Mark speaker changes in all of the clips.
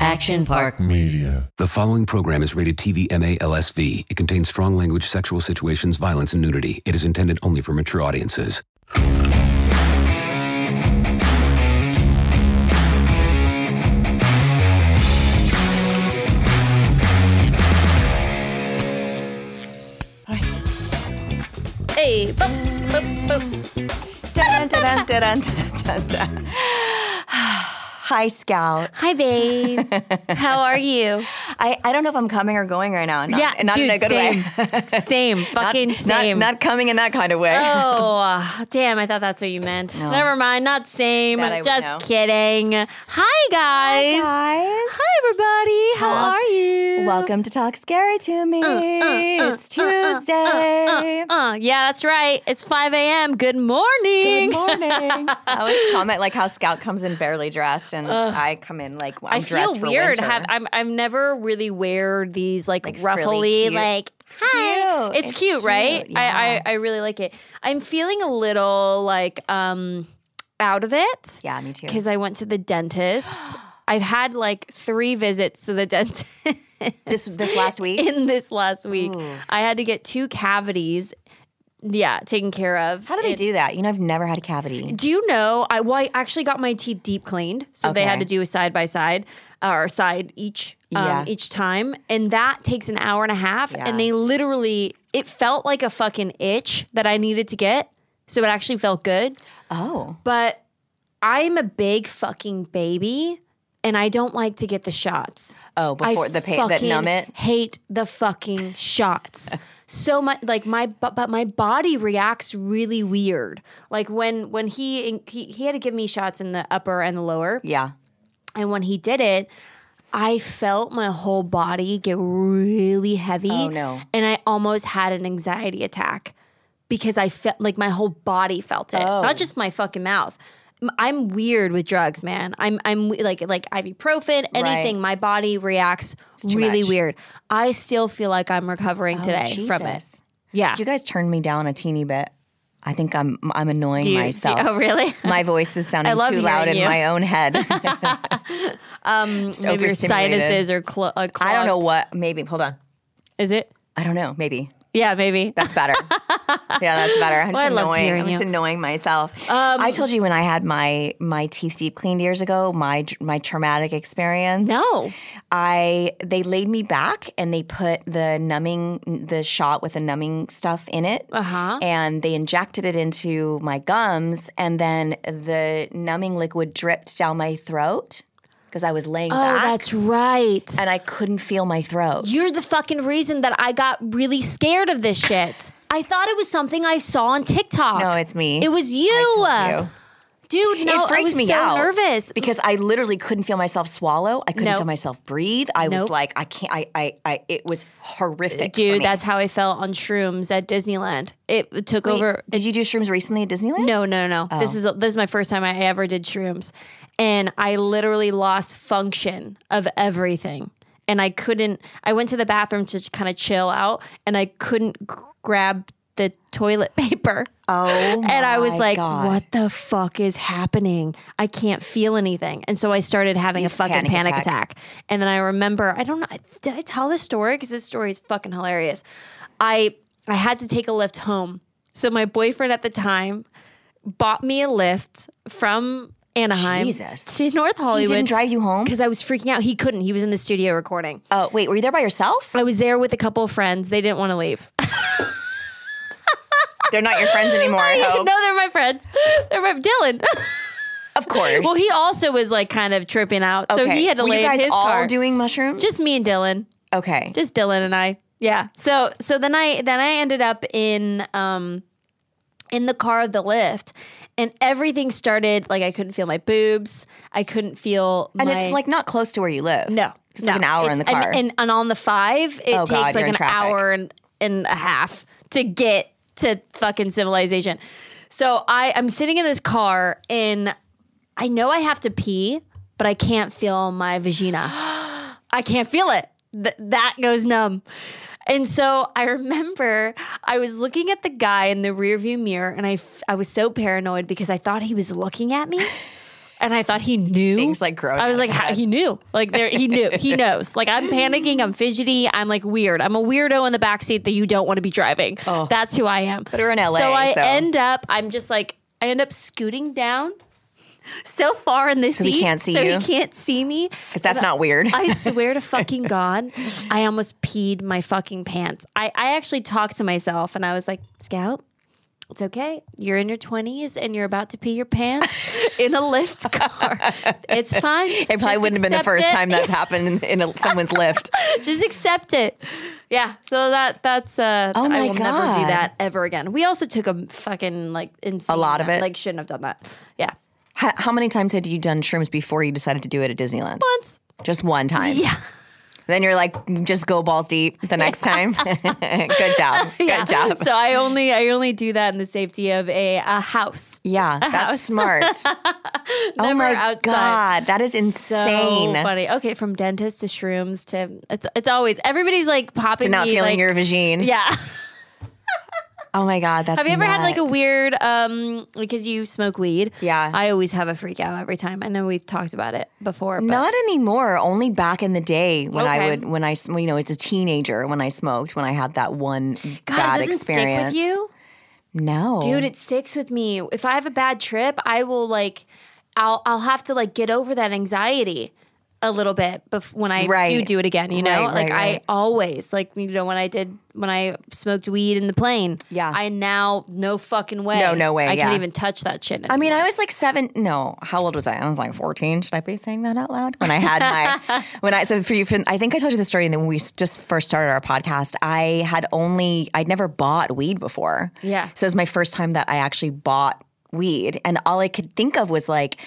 Speaker 1: Action Park Media.
Speaker 2: The following program is rated TV MALSV. It contains strong language, sexual situations, violence, and nudity. It is intended only for mature audiences.
Speaker 3: Hey, boop, boop, boop.
Speaker 4: Dun, dun, dun, dun, dun, dun, dun. Hi, Scout.
Speaker 3: Hi, babe. How are you?
Speaker 4: I, I don't know if I'm coming or going right now. Not,
Speaker 3: Yeah,
Speaker 4: not
Speaker 3: dude,
Speaker 4: in a good
Speaker 3: same,
Speaker 4: way.
Speaker 3: same, fucking
Speaker 4: not,
Speaker 3: same.
Speaker 4: Not, not coming in that kind of way.
Speaker 3: Oh, uh, damn, I thought that's what you meant. Never mind, not same.
Speaker 4: That I would
Speaker 3: Just
Speaker 4: know.
Speaker 3: kidding. Hi, guys.
Speaker 4: Guys.
Speaker 3: Hi, everybody. How
Speaker 4: Hello.
Speaker 3: are you?
Speaker 4: Welcome to Talk Scary to Me. it's Tuesday.
Speaker 3: Uh, yeah, that's right. It's 5 a.m. Good morning.
Speaker 4: Good morning. I always comment like how Scout comes in barely dressed, and I come in like I'm
Speaker 3: I
Speaker 4: dressed
Speaker 3: feel
Speaker 4: for
Speaker 3: weird.
Speaker 4: winter.
Speaker 3: Have I'm I've never really wear these like,
Speaker 4: Like, frilly
Speaker 3: ruffly
Speaker 4: cute.
Speaker 3: like hi.
Speaker 4: cute.
Speaker 3: It's,
Speaker 4: It's
Speaker 3: cute,
Speaker 4: cute,
Speaker 3: right?
Speaker 4: yeah.
Speaker 3: I, I I really like it. I'm feeling a little like um out of it.
Speaker 4: Yeah, me too.
Speaker 3: Because I went to the dentist. I've had like three visits to the dentist
Speaker 4: this this last week.
Speaker 3: in this last week. I had to get two cavities. Yeah, taken care of.
Speaker 4: how do they do that? You know, I've never had a cavity.
Speaker 3: Do you know? I well, I actually got my teeth deep cleaned, so they had
Speaker 4: Okay.
Speaker 3: to do a side by side uh, or side each um,
Speaker 4: Yeah.
Speaker 3: each time, and that takes an hour and a half.
Speaker 4: Yeah.
Speaker 3: And they literally, it felt like a fucking itch that I needed to get, so it actually felt good.
Speaker 4: Oh,
Speaker 3: But I'm a big fucking baby. And I don't like to get the shots.
Speaker 4: Oh, before
Speaker 3: I
Speaker 4: the pa- that
Speaker 3: fucking
Speaker 4: numb it?
Speaker 3: Hate the fucking shots. so much like my but, but my body reacts really weird. Like when when he, he he had to give me shots in the upper and the lower.
Speaker 4: yeah.
Speaker 3: And when he did it, I felt my whole body get really heavy.
Speaker 4: Oh, no.
Speaker 3: And I almost had an anxiety attack because I felt like my whole body felt it,
Speaker 4: Oh.
Speaker 3: not just my fucking mouth. M- I'm weird with drugs, man. I'm I'm we- like like ibuprofen, anything. My body reacts
Speaker 4: too
Speaker 3: really
Speaker 4: much. Oh,
Speaker 3: weird. I still feel like I'm recovering today from it.
Speaker 4: Jesus.
Speaker 3: Yeah.
Speaker 4: Did you guys turn me down a teeny bit? I think I'm I'm annoying
Speaker 3: Do you- do you-
Speaker 4: myself.
Speaker 3: oh, really?
Speaker 4: My voice is sounding
Speaker 3: I love
Speaker 4: too loud
Speaker 3: hearing
Speaker 4: in
Speaker 3: you.
Speaker 4: my own head. um,
Speaker 3: Maybe your sinuses are clo- uh,
Speaker 4: I don't know
Speaker 3: clogged.
Speaker 4: what. Maybe hold on.
Speaker 3: Is it?
Speaker 4: I don't know. Maybe
Speaker 3: Yeah, maybe.
Speaker 4: that's better. yeah, that's better. I'm
Speaker 3: Well, I
Speaker 4: just
Speaker 3: loved
Speaker 4: annoying.
Speaker 3: hearing
Speaker 4: I'm just
Speaker 3: you. Um,
Speaker 4: annoying myself. I told you when I had my my teeth deep cleaned years ago. My my traumatic experience.
Speaker 3: No.
Speaker 4: I they laid me back and they put the numbing the shot with the numbing stuff in it. Uh-huh. And they injected it into my gums and then the numbing liquid dripped down my throat because I was laying
Speaker 3: Oh,
Speaker 4: back
Speaker 3: that's right.
Speaker 4: and I couldn't feel my throat.
Speaker 3: You're the fucking reason that I got really scared of this shit. I thought it was something I saw on TikTok.
Speaker 4: no, it's me.
Speaker 3: It was you.
Speaker 4: I told you.
Speaker 3: Dude, no,
Speaker 4: it freaked
Speaker 3: I was
Speaker 4: me
Speaker 3: so
Speaker 4: out.
Speaker 3: nervous.
Speaker 4: because I literally couldn't feel myself swallow. I couldn't
Speaker 3: Nope.
Speaker 4: feel myself breathe. I
Speaker 3: Nope.
Speaker 4: was like, I can't. I, I, I. It was horrific. for me.
Speaker 3: Dude, that's how I felt on shrooms at Disneyland. It took
Speaker 4: Wait, Oh.
Speaker 3: over.
Speaker 4: Did you do shrooms recently at Disneyland?
Speaker 3: No, no, no. This is this is my first time I ever did shrooms, and I literally lost function of everything, and I couldn't. I went to the bathroom to kind of chill out, and I couldn't g- grab the toilet paper.
Speaker 4: Oh,
Speaker 3: and I was
Speaker 4: my
Speaker 3: like,
Speaker 4: God.
Speaker 3: "What the fuck is happening? I can't feel anything." And so I started having a
Speaker 4: Just
Speaker 3: fucking
Speaker 4: panic
Speaker 3: panic,
Speaker 4: attack.
Speaker 3: attack. And then I remember, I don't know, did I tell this story? Because this story is fucking hilarious. I I had to take a lift home, so my boyfriend at the time bought me a lift from Anaheim
Speaker 4: Jesus.
Speaker 3: to North Hollywood.
Speaker 4: drive you home?
Speaker 3: because I was freaking out. He couldn't. He was in the studio recording.
Speaker 4: Oh, wait, were you there by yourself?
Speaker 3: I was there with a couple of friends. They didn't want to leave.
Speaker 4: They're not your friends anymore, I
Speaker 3: no,
Speaker 4: hope.
Speaker 3: they're my friends. They're my Dylan.
Speaker 4: Of course.
Speaker 3: well, he also was like kind of tripping out, so he had to
Speaker 4: were
Speaker 3: lay
Speaker 4: you guys
Speaker 3: in his
Speaker 4: all
Speaker 3: car.
Speaker 4: doing mushrooms?
Speaker 3: just me and Dylan.
Speaker 4: okay.
Speaker 3: just Dylan and I. Yeah. So so then I then I ended up in um in the car of the lift and everything started like I couldn't feel my boobs. I couldn't feel
Speaker 4: and
Speaker 3: my,
Speaker 4: it's like not close to where you live.
Speaker 3: no.
Speaker 4: It's like an hour in the
Speaker 3: and-
Speaker 4: car.
Speaker 3: And, and, on the five, it
Speaker 4: Oh,
Speaker 3: takes
Speaker 4: God, you're
Speaker 3: like
Speaker 4: in
Speaker 3: an
Speaker 4: traffic.
Speaker 3: hour and, and a half to get to fucking civilization. So I, I'm sitting in this car and I know I have to pee, but I can't feel my vagina. I can't feel it. Th- that goes numb. And so I remember I was looking at the guy in the rearview mirror and I, f- I was so paranoid because I thought he was looking at me. And I thought he knew.
Speaker 4: Things like grown
Speaker 3: I was like, how, he knew. Like there, he knew. He knows. Like I'm panicking. I'm fidgety. I'm like weird. I'm a weirdo in the backseat that you don't want to be driving. That's who I am. But
Speaker 4: Oh. we're in LA,
Speaker 3: So I
Speaker 4: so-
Speaker 3: end up. I'm just like I end up scooting down so far in the
Speaker 4: So
Speaker 3: seat,
Speaker 4: he can't see
Speaker 3: so
Speaker 4: you?
Speaker 3: he can't see me.
Speaker 4: Because that's not weird.
Speaker 3: I swear to fucking God, I almost peed my fucking pants. I, I actually talked to myself and I was like, Scout, it's okay. You're in your 20s and you're about to pee your pants in a lift car. It's fine.
Speaker 4: it probably wouldn't have been the first time that's happened in, in a, someone's lift.
Speaker 3: Just accept it. Yeah. So that that's uh
Speaker 4: Oh my
Speaker 3: I will never do
Speaker 4: God.
Speaker 3: that ever again. We also took a fucking like insane
Speaker 4: lot of
Speaker 3: amount-
Speaker 4: it?
Speaker 3: Like shouldn't have done that. Yeah.
Speaker 4: How, how many times had you done shrooms before you decided to do it at Disneyland?
Speaker 3: Once.
Speaker 4: Just one time.
Speaker 3: Yeah.
Speaker 4: Then you're like, just go balls deep the next time. Good job. Good job.
Speaker 3: So I only I only do that in the safety of a, a house.
Speaker 4: yeah, that's smart. oh
Speaker 3: Never
Speaker 4: my
Speaker 3: outside.
Speaker 4: god, that is insane.
Speaker 3: So funny. Okay, from dentist to shrooms to it's it's always everybody's like popping
Speaker 4: to not
Speaker 3: me,
Speaker 4: feeling
Speaker 3: like-
Speaker 4: your vagine.
Speaker 3: yeah.
Speaker 4: Oh my god, that's.
Speaker 3: have you ever had like a
Speaker 4: nuts.
Speaker 3: weird um because you smoke weed?
Speaker 4: Yeah.
Speaker 3: I always have a freak out every time. I know we've talked about it before, but
Speaker 4: Not anymore. Only back in the day when I
Speaker 3: Okay.
Speaker 4: would, when I, sm- you know, as a teenager when I smoked, when I had that one
Speaker 3: God,
Speaker 4: bad
Speaker 3: it doesn't
Speaker 4: experience.
Speaker 3: stick with you,
Speaker 4: No,
Speaker 3: dude. It sticks with me. If I have a bad trip, I will like, I'll I'll have to like get over that anxiety a little bit bef- when I
Speaker 4: Right.
Speaker 3: do do it again. You know,
Speaker 4: Right, right,
Speaker 3: like
Speaker 4: right.
Speaker 3: I always like you know when I did when I smoked weed in the plane.
Speaker 4: Yeah.
Speaker 3: I now no fucking way.
Speaker 4: No, no way,
Speaker 3: I
Speaker 4: yeah.
Speaker 3: can't even touch that shit.
Speaker 4: I
Speaker 3: anymore.
Speaker 4: mean, I was like seven. No, how old was I? I was like fourteen. Should I be saying that out loud? When I had my, when I so for you, I think I told you the story. And then when we s- just first started our podcast, I had only I'd never bought weed before.
Speaker 3: Yeah.
Speaker 4: So it was my first time that I actually bought weed, and all I could think of was like.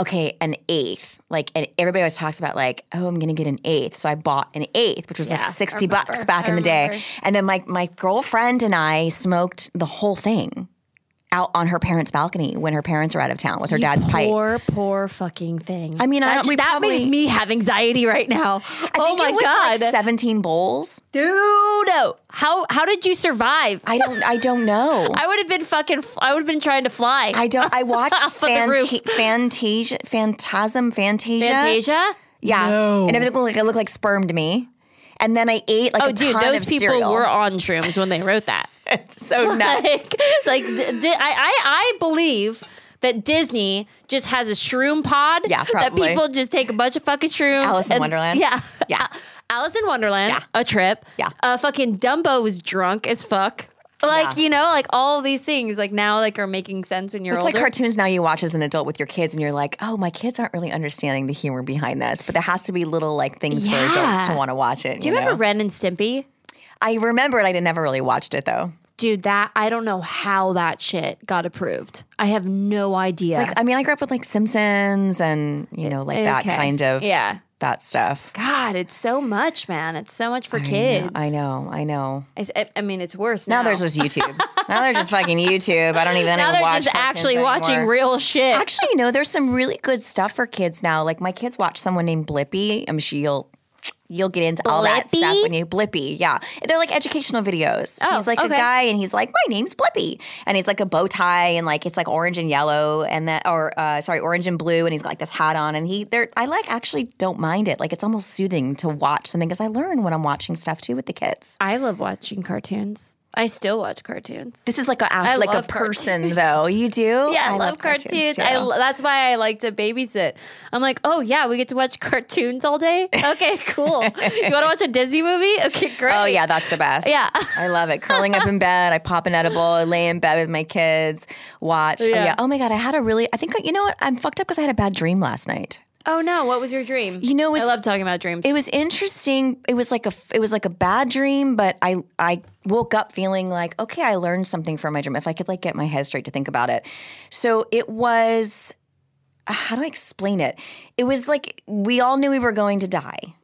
Speaker 4: Okay, an eighth. Like, and everybody always talks about, like, oh, I'm gonna get an eighth. So I bought an eighth, which was like
Speaker 3: Yeah, I
Speaker 4: sixty bucks
Speaker 3: remember.
Speaker 4: back
Speaker 3: I
Speaker 4: in the day.
Speaker 3: remember.
Speaker 4: And then my my girlfriend and I smoked the whole thing out on her parents' balcony when her parents were out of town with her dad's pipe.
Speaker 3: Poor, poor fucking thing.
Speaker 4: I mean, I
Speaker 3: that,
Speaker 4: don't- we
Speaker 3: that
Speaker 4: probably-
Speaker 3: makes me have anxiety right now.
Speaker 4: I
Speaker 3: oh
Speaker 4: think
Speaker 3: my
Speaker 4: it was
Speaker 3: god,
Speaker 4: like seventeen bowls.
Speaker 3: dude! How how did you survive?
Speaker 4: I don't. I don't know.
Speaker 3: I would have been fucking. I would have been trying to fly.
Speaker 4: I don't. I watched
Speaker 3: Off of the roof.
Speaker 4: Fanta- Fantasia, Phantasm, Fantasia.
Speaker 3: Fantasia.
Speaker 4: Yeah, and everything looked like it looked like sperm to me. And then I ate like
Speaker 3: Oh,
Speaker 4: a
Speaker 3: dude,
Speaker 4: ton
Speaker 3: those
Speaker 4: of
Speaker 3: people
Speaker 4: cereal.
Speaker 3: were on shrooms when they wrote that.
Speaker 4: so nuts.
Speaker 3: like, like th- th- I, I, I believe that Disney just has a shroom pod.
Speaker 4: Yeah, probably.
Speaker 3: That people just take a bunch of fucking shrooms.
Speaker 4: Alice in
Speaker 3: and-
Speaker 4: Wonderland.
Speaker 3: Yeah,
Speaker 4: Yeah.
Speaker 3: A- Alice in Wonderland. A trip.
Speaker 4: Yeah.
Speaker 3: Uh, fucking Dumbo was drunk as fuck. Like you know, like all these things, like now, like are making sense when you're
Speaker 4: It's
Speaker 3: older.
Speaker 4: like cartoons now you watch as an adult with your kids, and you're like, oh, my kids aren't really understanding the humor behind this. But there has to be little like things for adults to
Speaker 3: Yeah.
Speaker 4: want to watch it.
Speaker 3: Do you remember Ren and Stimpy?
Speaker 4: I remember it. I never really watched it though.
Speaker 3: Dude, that I don't know how that shit got approved. I have no idea.
Speaker 4: Like, I mean, I grew up with like Simpsons and you know, like that
Speaker 3: Okay.
Speaker 4: kind of
Speaker 3: Yeah.
Speaker 4: that stuff.
Speaker 3: God, it's so much, man. It's so much for
Speaker 4: I
Speaker 3: kids.
Speaker 4: know, I know, I know.
Speaker 3: I, s- I mean, it's worse now.
Speaker 4: Now there's just YouTube. now there's just fucking YouTube. I don't even.
Speaker 3: now
Speaker 4: even
Speaker 3: they're
Speaker 4: watch
Speaker 3: just
Speaker 4: cartoons
Speaker 3: actually
Speaker 4: anymore.
Speaker 3: watching real shit.
Speaker 4: Actually, you know, there's some really good stuff for kids now. Like my kids watch someone named Blippy. I'm sure you'll. You'll get into all that
Speaker 3: Blippy?
Speaker 4: stuff when you Blippy, yeah. They're like educational videos.
Speaker 3: Oh,
Speaker 4: he's like a
Speaker 3: okay.
Speaker 4: guy, and he's like, "My name's Blippy," and he's like a bow tie, and like it's like orange and yellow, and that or uh, sorry, orange and blue, and he's got like this hat on, and he there. I like actually don't mind it. Like it's almost soothing to watch something because I learn when I'm watching stuff too with the kids.
Speaker 3: I love watching cartoons. I still watch cartoons.
Speaker 4: This is like a
Speaker 3: I
Speaker 4: out, like a
Speaker 3: love
Speaker 4: person
Speaker 3: cartoons.
Speaker 4: though. You do?
Speaker 3: Yeah, I, love, cartoons. I lo- that's why I like to babysit. I'm like, oh yeah, we get to watch cartoons all day. Okay, cool. you want to watch a Disney movie? Okay, great.
Speaker 4: Oh yeah, that's the best.
Speaker 3: Yeah.
Speaker 4: I love it. Curling up in bed, I pop an edible, I lay in bed with my kids, watch. Oh
Speaker 3: Yeah.
Speaker 4: yeah. Oh my god, I had a really. I think you know what? I'm fucked up because I had a bad dream last night.
Speaker 3: Oh no, what was your dream?
Speaker 4: You know,
Speaker 3: I
Speaker 4: it's-
Speaker 3: love talking about dreams.
Speaker 4: It was interesting. It was like a it was like a bad dream, but I I woke up feeling like okay, I learned something from my dream. If I could like get my head straight to think about it, so it was. uh, How do I explain it? It was like we all knew we were going to die,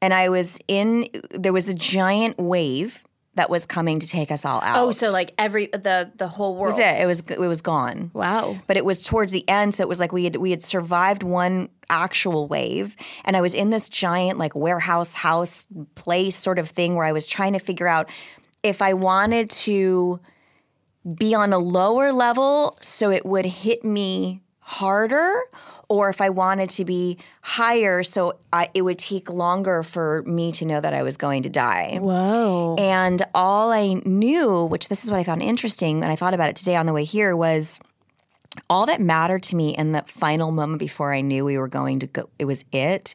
Speaker 4: and I was in. There was a giant wave that was coming to take us all out.
Speaker 3: oh, so like every the the whole world.
Speaker 4: That was it. It was it was gone
Speaker 3: Wow.
Speaker 4: but it was towards the end so it was like we had we had survived one actual wave and i was in this giant like warehouse house place sort of thing where i was trying to figure out if i wanted to be on a lower level so it would hit me harder or if i wanted to be higher so I, it would take longer for me to know that i was going to die
Speaker 3: Whoa.
Speaker 4: and all I knew, which this is what I found interesting, and I thought about it today on the way here, was all that mattered to me in that final moment before I knew we were going to go, it was it,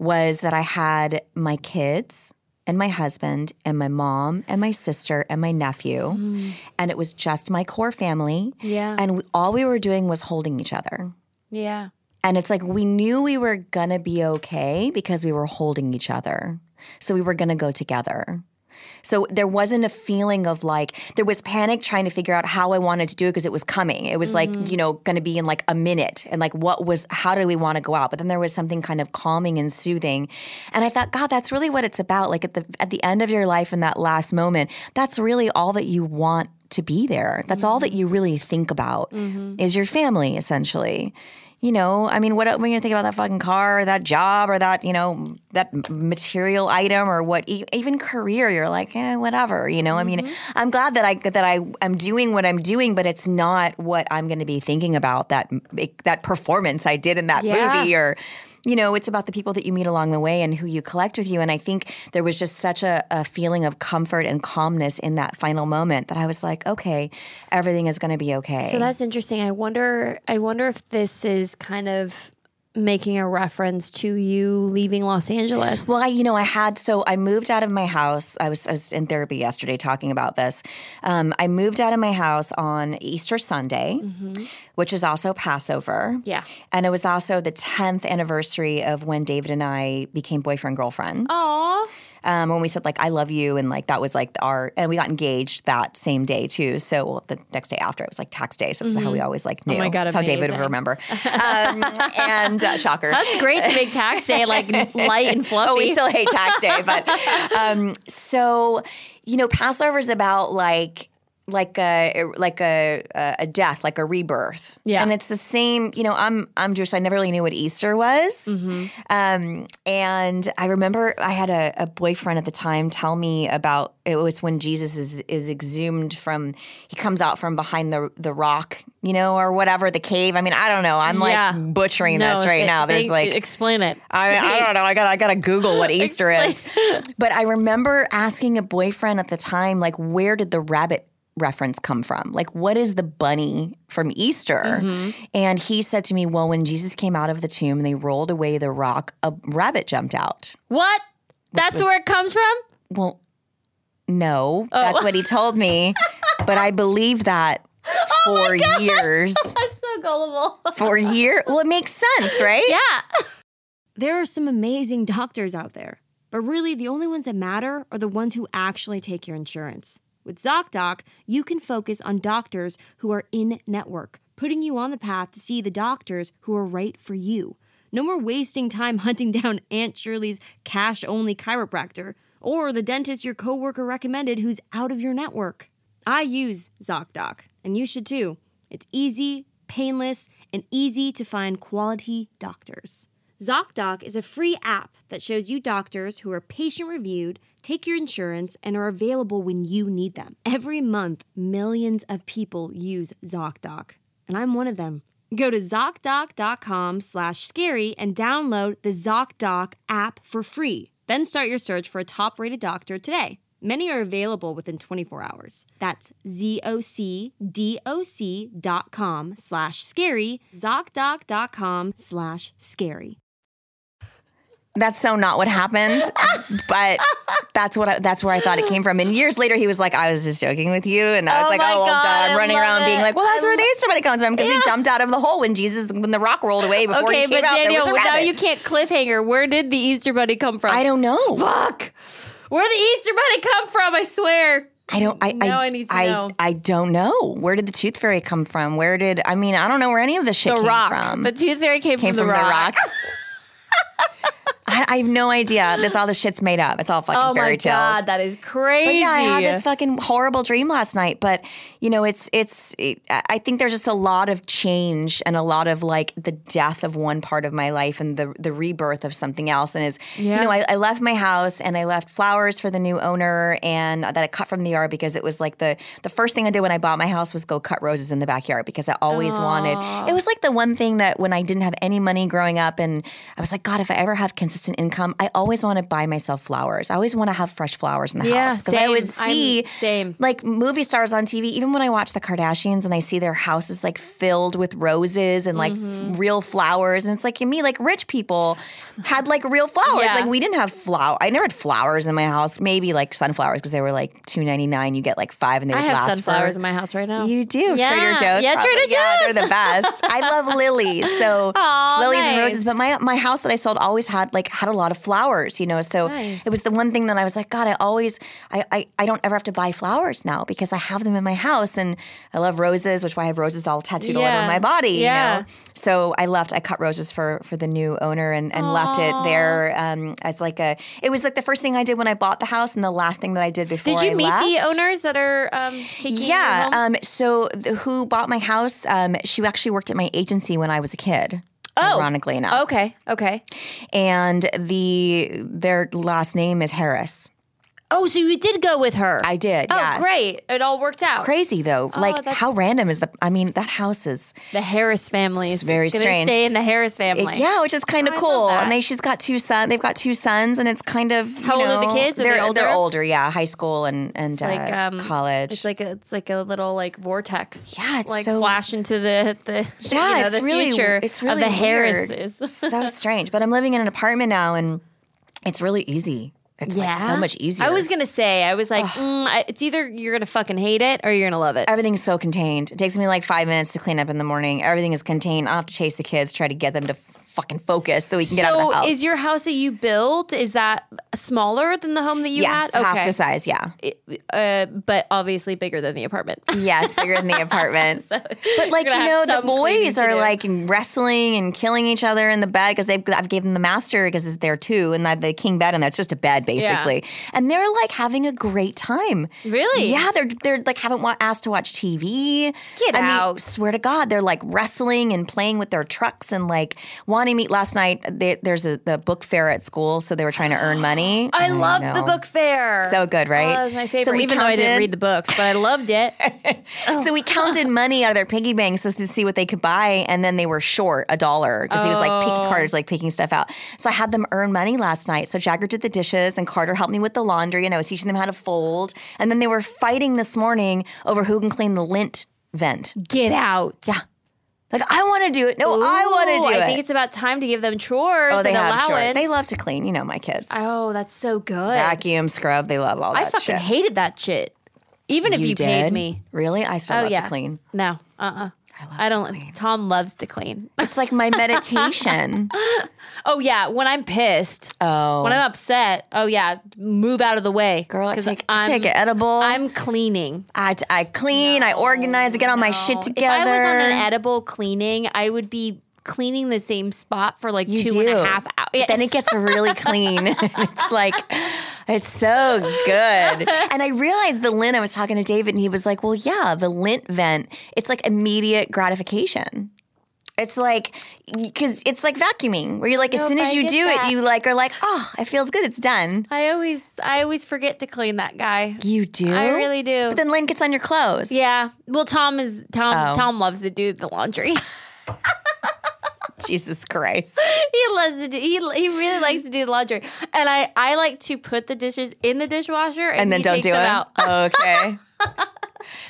Speaker 4: was that I had my kids and my husband and my mom and my sister and my nephew. And it was just my core family.
Speaker 3: Hmm. Yeah.
Speaker 4: And we, all we were doing was holding each other.
Speaker 3: Yeah.
Speaker 4: And it's like we knew we were gonna be okay because we were holding each other. So we were gonna go together. So there wasn't a feeling of like, there was panic trying to figure out how I wanted to do it because it was coming. It was like, you know, gonna be in like a minute and like, what was, how do we wanna go out? But then there was something kind of calming and soothing. And I thought, God, that's really what it's about. Like at the, at the end of your life in that last moment, that's really all that you want to be there. That's all that you really think about is your family essentially you know, I mean, what when you think about that fucking car or that job or that, you know, that m- material item or what e- even career, you're like, eh, whatever, you know. I
Speaker 3: Mm-hmm.
Speaker 4: mean, I'm glad that I that I am doing what I'm doing, but it's not what I'm going to be thinking about that m- that performance I did in that
Speaker 3: Yeah.
Speaker 4: movie or you know, it's about the people that you meet along the way and who you collect with you. And I think there was just such a, a feeling of comfort and calmness in that final moment that I was like, okay, everything is going to be okay.
Speaker 3: So that's interesting. I wonder I wonder if this is kind of making a reference to you leaving Los Angeles.
Speaker 4: Well, I, you know, I had so I moved out of my house. I was, I was in therapy yesterday talking about this. Um, I moved out of my house on Easter Sunday, which is also Passover.
Speaker 3: Mm-hmm. Yeah.
Speaker 4: and it was also the tenth anniversary of when David and I became boyfriend girlfriend.
Speaker 3: Oh. Aw.
Speaker 4: Um, when we said like I love you, and like that was like our, and we got engaged that same day too. So well, the next day after it was like tax day. So that's how we always like knew.
Speaker 3: Mm-hmm. Oh my God,
Speaker 4: that's how David would
Speaker 3: amazing.
Speaker 4: remember. Um, and uh, shocker,
Speaker 3: That's great to make tax day like light and fluffy.
Speaker 4: Oh, we still hate tax day, but um, so you know, Passover is about like like a like a a death, like a rebirth.
Speaker 3: Yeah.
Speaker 4: and it's the same. You know, I'm I'm Jewish. So I never really knew what Easter was.
Speaker 3: Mm-hmm.
Speaker 4: Um, and I remember I had a, a boyfriend at the time tell me about it was when Jesus is is exhumed from he comes out from behind the the rock, you know, or whatever the cave. I mean, I don't know. I'm like
Speaker 3: Yeah.
Speaker 4: butchering this right
Speaker 3: it-
Speaker 4: now. There's
Speaker 3: they-
Speaker 4: like uh,
Speaker 3: explain it.
Speaker 4: I, I don't know. I got I got to Google what Easter is. But I remember asking a boyfriend at the time, like, where did the rabbit reference come from? Like, what is the bunny from Easter? And he said to me, well, when Jesus came out of the tomb and they rolled away the rock, a rabbit jumped out.
Speaker 3: What? That's where it comes from?
Speaker 4: Well, no, that's what he told me. but I believed that
Speaker 3: Oh
Speaker 4: for years.
Speaker 3: I'm so gullible.
Speaker 4: For year, well, it makes sense, right?
Speaker 3: yeah. There are some amazing doctors out there, but really the only ones that matter are the ones who actually take your insurance. With ZocDoc, you can focus on doctors who are in network, putting you on the path to see the doctors who are right for you. No more wasting time hunting down Aunt Shirley's cash only chiropractor or the dentist your coworker recommended who's out of your network. I use ZocDoc, and you should too. It's easy, painless, and easy to find quality doctors. ZocDoc is a free app that shows you doctors who are patient reviewed, take your insurance, and are available when you need them. Every month, millions of people use ZocDoc, and I'm one of them. Go to ZocDoc.com slash scary and download the ZocDoc app for free. Then start your search for a top rated doctor today.
Speaker 5: Many are available within 24 hours. That's zocdoc.com slash scary, zocdoc.com slash scary.
Speaker 4: That's so not what happened, but that's what I, that's where I thought it came from. And years later, he was like, "I was just joking with you," and I was
Speaker 3: Oh
Speaker 4: like,
Speaker 3: my
Speaker 4: "Oh, well,
Speaker 3: God,
Speaker 4: duh."
Speaker 3: I
Speaker 4: I'm running
Speaker 3: love
Speaker 4: around being
Speaker 3: it.
Speaker 4: like, "Well, that's
Speaker 3: I
Speaker 4: where the
Speaker 3: lo-
Speaker 4: Easter bunny comes from," because he jumped out of the hole when Jesus, when the rock rolled away before
Speaker 3: Okay,
Speaker 4: he came
Speaker 3: but
Speaker 4: out.
Speaker 3: Danielle,
Speaker 4: there was a
Speaker 3: now
Speaker 4: rabbit.
Speaker 3: you can't cliffhanger. Where did the Easter bunny come from?
Speaker 4: I don't know.
Speaker 3: Fuck. Where did the Easter bunny come from? I swear.
Speaker 4: I don't. I
Speaker 3: Now I need to
Speaker 4: I,
Speaker 3: know.
Speaker 4: I don't know. Where did the tooth fairy come from? Where did I mean? I don't know where any of this shit
Speaker 3: The
Speaker 4: came
Speaker 3: rock.
Speaker 4: from.
Speaker 3: The tooth fairy came,
Speaker 4: came
Speaker 3: from, the rock.
Speaker 4: I, I have no idea. This all this shit's made up. It's all fucking
Speaker 3: Oh
Speaker 4: fairy
Speaker 3: my
Speaker 4: tales.
Speaker 3: god, that is crazy.
Speaker 4: But yeah, I had this fucking horrible dream last night. But you know, it's it's. It, I I think there's just a lot of change and a lot of like the death of one part of my life and the the rebirth of something else. And is you know, I, I left my house and I left flowers for the new owner and that I cut from the yard because it was like the the first thing I did when I bought my house was go cut roses in the backyard because I always wanted. It was like the one thing that when I didn't have any money growing up and I was like, God, if I ever have consistent income, I always want to buy myself flowers. I always want to have fresh flowers in the
Speaker 3: Yeah,
Speaker 4: house because I would
Speaker 3: same. I'm-
Speaker 4: see
Speaker 3: same.
Speaker 4: like movie stars on TV. Even when I watch the Kardashians and I see their houses like filled with roses and like
Speaker 3: Mm-hmm.
Speaker 4: f- real flowers, and it's like me, like rich people had like real flowers.
Speaker 3: Yeah.
Speaker 4: Like we didn't have flower. I never had flowers in my house. Maybe like sunflowers because they were like two ninety nine. You get like five and they
Speaker 3: I
Speaker 4: would
Speaker 3: have
Speaker 4: last
Speaker 3: sunflowers
Speaker 4: for-
Speaker 3: in my house right now.
Speaker 4: you do
Speaker 3: Yeah.
Speaker 4: Trader Joe's.
Speaker 3: Yeah,
Speaker 4: probably.
Speaker 3: Trader
Speaker 4: Yeah, they're the best. I love lilies. So
Speaker 3: Aw,
Speaker 4: lilies and
Speaker 3: nice.
Speaker 4: roses. But my my house that I sold always had like had a lot of flowers. You know, so it was the one thing that I was like, God, I always I, I I don't ever have to buy flowers now because I have them in my house and I love roses, which is why I have roses all tattooed all
Speaker 3: Yeah.
Speaker 4: over my body.
Speaker 3: Yeah.
Speaker 4: You know. So I left. I cut roses for for the new owner and, and left it there um, as like a. It was like the first thing I did when I bought the house and the last thing that I did before.
Speaker 3: Did you
Speaker 4: I
Speaker 3: meet
Speaker 4: left.
Speaker 3: the owners that are um, taking
Speaker 4: Yeah.
Speaker 3: Your home?
Speaker 4: Um, so the, who bought my house? Um, she actually worked at my agency when I was a kid. Ironically enough,
Speaker 3: Oh, okay. Okay.
Speaker 4: and the their last name is Harris.
Speaker 5: Oh, so you did go with her.
Speaker 4: I did.
Speaker 3: Oh,
Speaker 4: yes.
Speaker 3: great! It all worked out.
Speaker 4: Crazy though. like
Speaker 3: that's-
Speaker 4: how random is the? I mean, that house is.
Speaker 3: The Harris family.
Speaker 4: It's
Speaker 3: is
Speaker 4: very
Speaker 3: it's gonna
Speaker 4: strange.
Speaker 3: Stay in the Harris
Speaker 4: it-
Speaker 3: family.
Speaker 4: yeah, which is kind of
Speaker 3: Oh I love
Speaker 4: cool.
Speaker 3: that.
Speaker 4: And they, she's got two sons. They've got two sons, and it's kind of
Speaker 3: How
Speaker 4: you
Speaker 3: old are the
Speaker 4: know,
Speaker 3: kids? Are they
Speaker 4: they're They're
Speaker 3: older?
Speaker 4: older. Yeah, high school and and uh,
Speaker 3: like, um,
Speaker 4: college.
Speaker 3: It's like a, it's like a little like vortex.
Speaker 4: Yeah, it's
Speaker 3: like
Speaker 4: so-
Speaker 3: flash into the the
Speaker 4: yeah,
Speaker 3: you know,
Speaker 4: it's
Speaker 3: the
Speaker 4: really
Speaker 3: future
Speaker 4: it's really
Speaker 3: of the
Speaker 4: weird.
Speaker 3: Harrises.
Speaker 4: so strange. But I'm living in an apartment now, and it's really easy. It's like so much easier.
Speaker 3: I was gonna say, I was like, mm, I, it's either you're gonna fucking hate it or you're gonna love it.
Speaker 4: Everything's so contained. It takes me like five minutes to clean up in the morning. Everything is contained. I have to chase the kids, try to get them to fucking focus so we can get out of the
Speaker 3: so,
Speaker 4: house.
Speaker 3: is your house that you built is that smaller than the home that you
Speaker 4: yes,
Speaker 3: had? Okay,
Speaker 4: half the size? Yeah,
Speaker 3: uh, but obviously bigger than the apartment.
Speaker 4: yes, bigger than the apartment. but like
Speaker 3: gonna
Speaker 4: you know,
Speaker 3: have
Speaker 4: the
Speaker 3: some cleaning
Speaker 4: boys
Speaker 3: to
Speaker 4: are
Speaker 3: do.
Speaker 4: like wrestling and killing each other in the bed because they've I've given them the master because they're two and that the king bed and that's just a bed basically, and they're like having a great time.
Speaker 3: Really?
Speaker 4: Yeah, they're they're like haven't wa- asked to watch TV.
Speaker 3: Get
Speaker 4: I mean,
Speaker 3: out.
Speaker 4: swear to God, they're like wrestling and playing with their trucks and like wanting meet last night. They, there's a the book fair at school, so they were trying to earn money.
Speaker 3: I loved the
Speaker 4: know.
Speaker 3: book fair.
Speaker 4: So good, right?
Speaker 3: Oh, that was my
Speaker 4: So
Speaker 3: favorite,
Speaker 4: we
Speaker 3: even though I didn't
Speaker 4: counted-
Speaker 3: read the books, but I loved it.
Speaker 4: So we
Speaker 3: Oh.
Speaker 4: counted money out of their piggy banks just to see what they could buy, and then they were short a dollar because he was like
Speaker 3: Oh.
Speaker 4: picking Carter's like picking stuff out. So I had them earn money last night. So Jagger did the dishes, and Carter helped me with the laundry, and I was teaching them how to fold. And then they were fighting this morning over who can clean the lint vent.
Speaker 3: Get out. Yeah,
Speaker 4: Like I want to do it. No, Oh, I want to do
Speaker 3: I
Speaker 4: it.
Speaker 3: think it's about time to give them chores
Speaker 4: oh, they
Speaker 3: and
Speaker 4: have
Speaker 3: allowance.
Speaker 4: sure. They love to clean. You know my kids.
Speaker 3: Oh, that's so good.
Speaker 4: Vacuum, scrub. They love all
Speaker 3: I
Speaker 4: that
Speaker 3: fucking
Speaker 4: shit.
Speaker 3: hated that shit. Even if you, paid
Speaker 4: did?
Speaker 3: me.
Speaker 4: Really? I still
Speaker 3: Oh
Speaker 4: love
Speaker 3: yeah.
Speaker 4: to clean.
Speaker 3: No. Uh uh I, don't Tom loves to clean.
Speaker 4: It's like my meditation.
Speaker 3: Oh yeah, when I'm pissed.
Speaker 4: Oh.
Speaker 3: When I'm upset. Oh yeah, move out of the way.
Speaker 4: Girl, I
Speaker 3: 'Cause
Speaker 4: take, I
Speaker 3: I'm-
Speaker 4: take an edible.
Speaker 3: I'm cleaning.
Speaker 4: I, I clean, I organize, I get all my shit
Speaker 3: If I
Speaker 4: together.
Speaker 3: was on an edible cleaning, I would be cleaning the same spot for like
Speaker 4: you
Speaker 3: two
Speaker 4: do.
Speaker 3: and a half hours. Yeah.
Speaker 4: Then it gets really clean. it's like, it's so good. And I realized the lint, I was talking to David, and he was like, well, yeah, the lint vent, it's like immediate gratification. It's like, because it's like vacuuming, where you're like, as soon
Speaker 3: if
Speaker 4: as
Speaker 3: I
Speaker 4: you
Speaker 3: get
Speaker 4: do
Speaker 3: that.
Speaker 4: it, you like are like, oh, it feels good, it's done.
Speaker 3: I always I always forget to clean that guy.
Speaker 4: You do?
Speaker 3: I really do.
Speaker 4: But then lint gets on your clothes.
Speaker 3: yeah. Well, Tom is Tom
Speaker 4: Oh.
Speaker 3: Tom loves to do the laundry.
Speaker 4: Jesus Christ.
Speaker 3: he loves to do, he, he really likes to do the laundry. And I, I like to put the dishes in the dishwasher and,
Speaker 4: And then
Speaker 3: he
Speaker 4: don't
Speaker 3: takes
Speaker 4: do it.
Speaker 3: them out.
Speaker 4: Okay.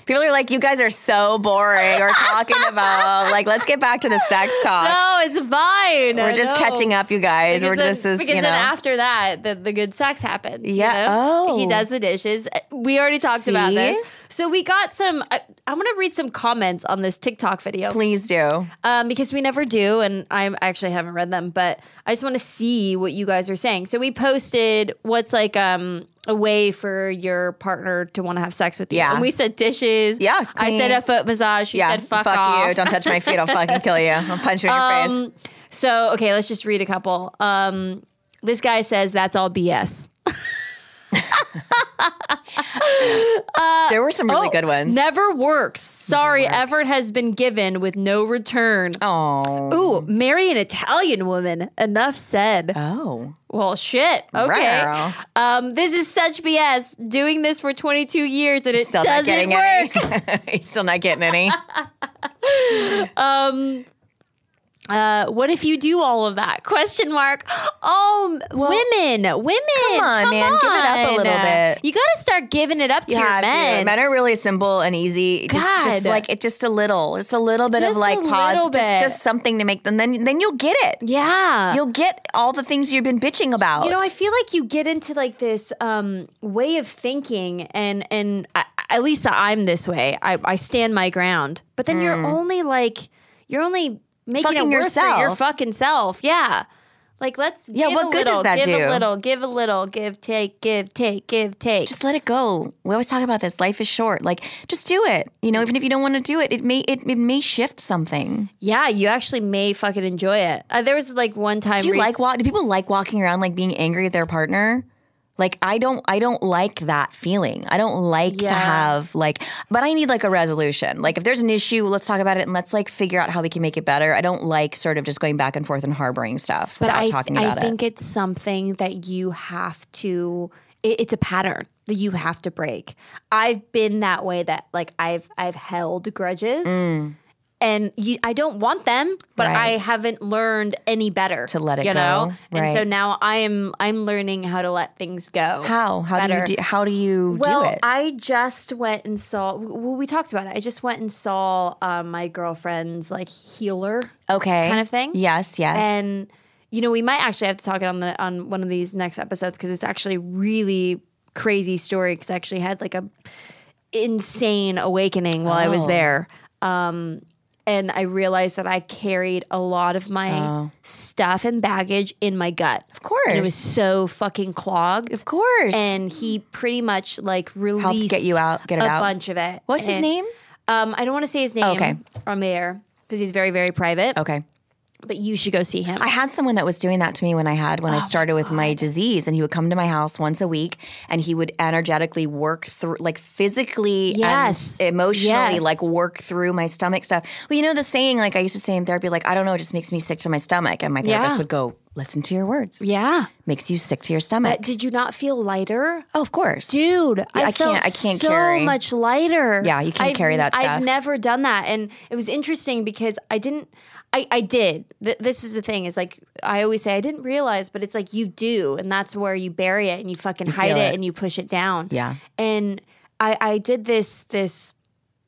Speaker 4: People are like, you guys are so boring. We're talking about like, let's get back to the sex talk.
Speaker 3: No, Oh, it's fine.
Speaker 4: We're just catching up, you guys. We're just this is
Speaker 3: because
Speaker 4: you know.
Speaker 3: then after that, the, the good sex happens. you know?
Speaker 4: Yeah. Oh.
Speaker 3: He does the dishes. Uh, We already talked about
Speaker 4: See?
Speaker 3: this. So we got some. uh, I, I'm going to read some comments on this TikTok video.
Speaker 4: Please do.
Speaker 3: um, because we never do, and I actually haven't read them, but I just want to see what you guys are saying. So we posted what's like um, a way for your partner to want to have sex with you,
Speaker 4: Yeah.
Speaker 3: and we said dishes.
Speaker 4: Yeah,
Speaker 3: I said
Speaker 4: clean.
Speaker 3: a foot massage. She
Speaker 4: Yeah.
Speaker 3: said fuck, off. Um,
Speaker 4: you. Don't touch my feet. I'll fucking kill you. I'll punch you in your face.
Speaker 3: so okay, let's just read a couple. Um, this guy says that's all BS. uh,
Speaker 4: There were some
Speaker 3: oh,
Speaker 4: really good ones.
Speaker 3: Never works. Sorry, effort has been given with no return.
Speaker 4: Oh.
Speaker 3: Ooh, marry an Italian woman. Enough said.
Speaker 4: Oh.
Speaker 3: Well, shit. Okay.
Speaker 4: Raro.
Speaker 3: Um, this is such BS. Doing this for 22 years and it
Speaker 4: Still not
Speaker 3: doesn't
Speaker 4: getting
Speaker 3: work.
Speaker 4: any. He's still not getting any.
Speaker 3: Uh, what if you do all of that? Question mark. Oh, m- women, women. Come
Speaker 4: on, man. Give it up a
Speaker 3: on.
Speaker 4: little bit.
Speaker 3: You got to start giving it up to your
Speaker 4: have to.
Speaker 3: men.
Speaker 4: Men are really simple and easy. Just, just
Speaker 3: God.
Speaker 4: like it, just a little, just a little bit
Speaker 3: Just
Speaker 4: of like
Speaker 3: a little
Speaker 4: pause,
Speaker 3: bit.
Speaker 4: just just something to make them. Then then you'll get it.
Speaker 3: yeah.
Speaker 4: You'll get all the things you've been bitching about.
Speaker 3: You know, I feel like you get into like this um, way of thinking, and and I, at least I'm this way. I, I stand my ground, but then you're only like you're only making
Speaker 4: Hmm. Fucking
Speaker 3: it worse for your
Speaker 4: yourself.
Speaker 3: fucking self. Yeah, like let's
Speaker 4: Yeah,
Speaker 3: Give
Speaker 4: what
Speaker 3: a
Speaker 4: good does
Speaker 3: little,
Speaker 4: that
Speaker 3: give a
Speaker 4: do?
Speaker 3: little, give a little, give take, give take, give take.
Speaker 4: just let it go. We always talk about this. Life is short. Like just do it. You know, even if you don't want to do it, it may it, it may shift something.
Speaker 3: yeah, you actually may fucking enjoy it. Uh, there was like one time.
Speaker 4: Do you
Speaker 3: rec-
Speaker 4: like walk? Do people like walking around like being angry at their partner? Like I don't, I don't like that feeling. I don't like to
Speaker 3: Yeah.
Speaker 4: have like, but I need like a resolution. Like if there's an issue, let's talk about it and let's like figure out how we can make it better. I don't like sort of just going back and forth and harboring stuff
Speaker 3: but
Speaker 4: without
Speaker 3: I,
Speaker 4: talking about
Speaker 3: I
Speaker 4: it.
Speaker 3: think it's something that you have to it, it's a pattern that you have to break i've been that way that like i've i've held grudges and you, i don't want them but
Speaker 4: Mm. Right.
Speaker 3: i haven't learned any better to
Speaker 4: let it
Speaker 3: you know
Speaker 4: go.
Speaker 3: and so
Speaker 4: Right.
Speaker 3: now i'm i'm learning how to let things go
Speaker 4: How how
Speaker 3: better.
Speaker 4: do you do, how do you
Speaker 3: well,
Speaker 4: do it?
Speaker 3: I just went and saw. Well, we talked about it. I just went and saw um, my girlfriend's like healer
Speaker 4: Oh, okay,
Speaker 3: kind of thing.
Speaker 4: Yes, yes.
Speaker 3: and you know we might actually have to talk it on the on one of these next episodes because it's actually really crazy story because i actually had like a insane awakening while i
Speaker 4: Oh.
Speaker 3: was there um and i realized that i carried a lot of my stuff and baggage in my gut of
Speaker 4: Oh. course.
Speaker 3: and it was so fucking clogged
Speaker 4: of course.
Speaker 3: and he pretty much like released
Speaker 4: get you out, get it
Speaker 3: a
Speaker 4: out.
Speaker 3: bunch of it
Speaker 4: What's his
Speaker 3: And-
Speaker 4: name?
Speaker 3: um i don't want to say his name
Speaker 4: Okay.
Speaker 3: on the air because he's very very private
Speaker 4: okay.
Speaker 3: but you should go see him
Speaker 4: I had someone that was doing that to me when I had
Speaker 3: Oh
Speaker 4: when I started with my disease, and he would come to my house once a week, and he would energetically work through, like physically
Speaker 3: Yes.
Speaker 4: and emotionally,
Speaker 3: Yes.
Speaker 4: like work through my stomach stuff. Well, you know the saying, like I used to say in therapy, like I don't know, it just makes me sick to my stomach, and my therapist
Speaker 3: Yeah.
Speaker 4: would go, "Listen to your words,
Speaker 3: yeah
Speaker 4: makes you sick to your stomach."
Speaker 3: Did you not feel lighter?
Speaker 4: oh, of course,
Speaker 3: Dude, I,
Speaker 4: I
Speaker 3: felt
Speaker 4: can't- I can't
Speaker 3: so
Speaker 4: carry-
Speaker 3: much lighter.
Speaker 4: Yeah, you can't
Speaker 3: I've-
Speaker 4: carry that stuff.
Speaker 3: I've never done that, and it was interesting because I didn't. I I did. Th- this is the thing. Is like I always say, I didn't realize, but it's like you do, and that's where you bury it and you fucking hide
Speaker 4: feel
Speaker 3: it,
Speaker 4: it.
Speaker 3: and you push it down.
Speaker 4: Yeah.
Speaker 3: and I I did this this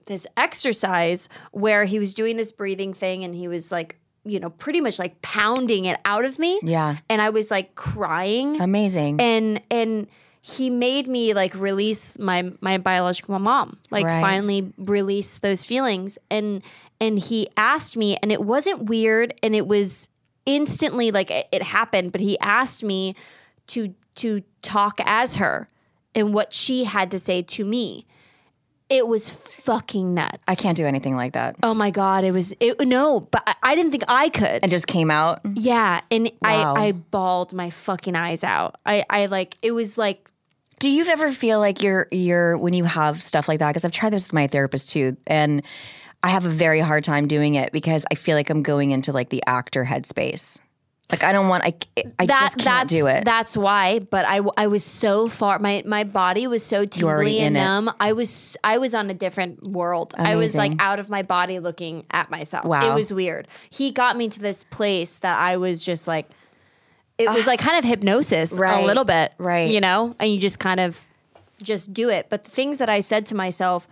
Speaker 3: this exercise where he was doing this breathing thing, and he was like. You know, pretty much like pounding it out of me.
Speaker 4: Yeah.
Speaker 3: And I was like crying
Speaker 4: amazing.
Speaker 3: and and he made me like release my my biological mom like
Speaker 4: Right.
Speaker 3: finally release those feelings and and he asked me and it wasn't weird and it was instantly like it, it happened but he asked me to to talk as her and what she had to say to me it was fucking nuts
Speaker 4: I can't do anything like that.
Speaker 3: oh my god it was it no but i, I didn't think i could
Speaker 4: It just came out.
Speaker 3: yeah, and
Speaker 4: Wow.
Speaker 3: I I bawled my fucking eyes out. I I like it was like
Speaker 4: Do you ever feel like you're you're when you have stuff like that? Because I've tried this with my therapist too, and I have a very hard time doing it because I feel like I'm going into like the actor headspace. Like I don't want. I I just can't
Speaker 3: that's,
Speaker 4: do it.
Speaker 3: That's why. But I, w- I was so far. My my body was so
Speaker 4: already
Speaker 3: tingly and
Speaker 4: in it.
Speaker 3: numb. I was I was on a different world. I was like out of my body, looking at myself. It
Speaker 4: Wow.
Speaker 3: was weird. He got me to this place that I was just like. It was like kind of hypnosis,
Speaker 4: Ah. Right,
Speaker 3: a little bit,
Speaker 4: right.
Speaker 3: You know, and you just kind of just do it. But the things that I said to myself,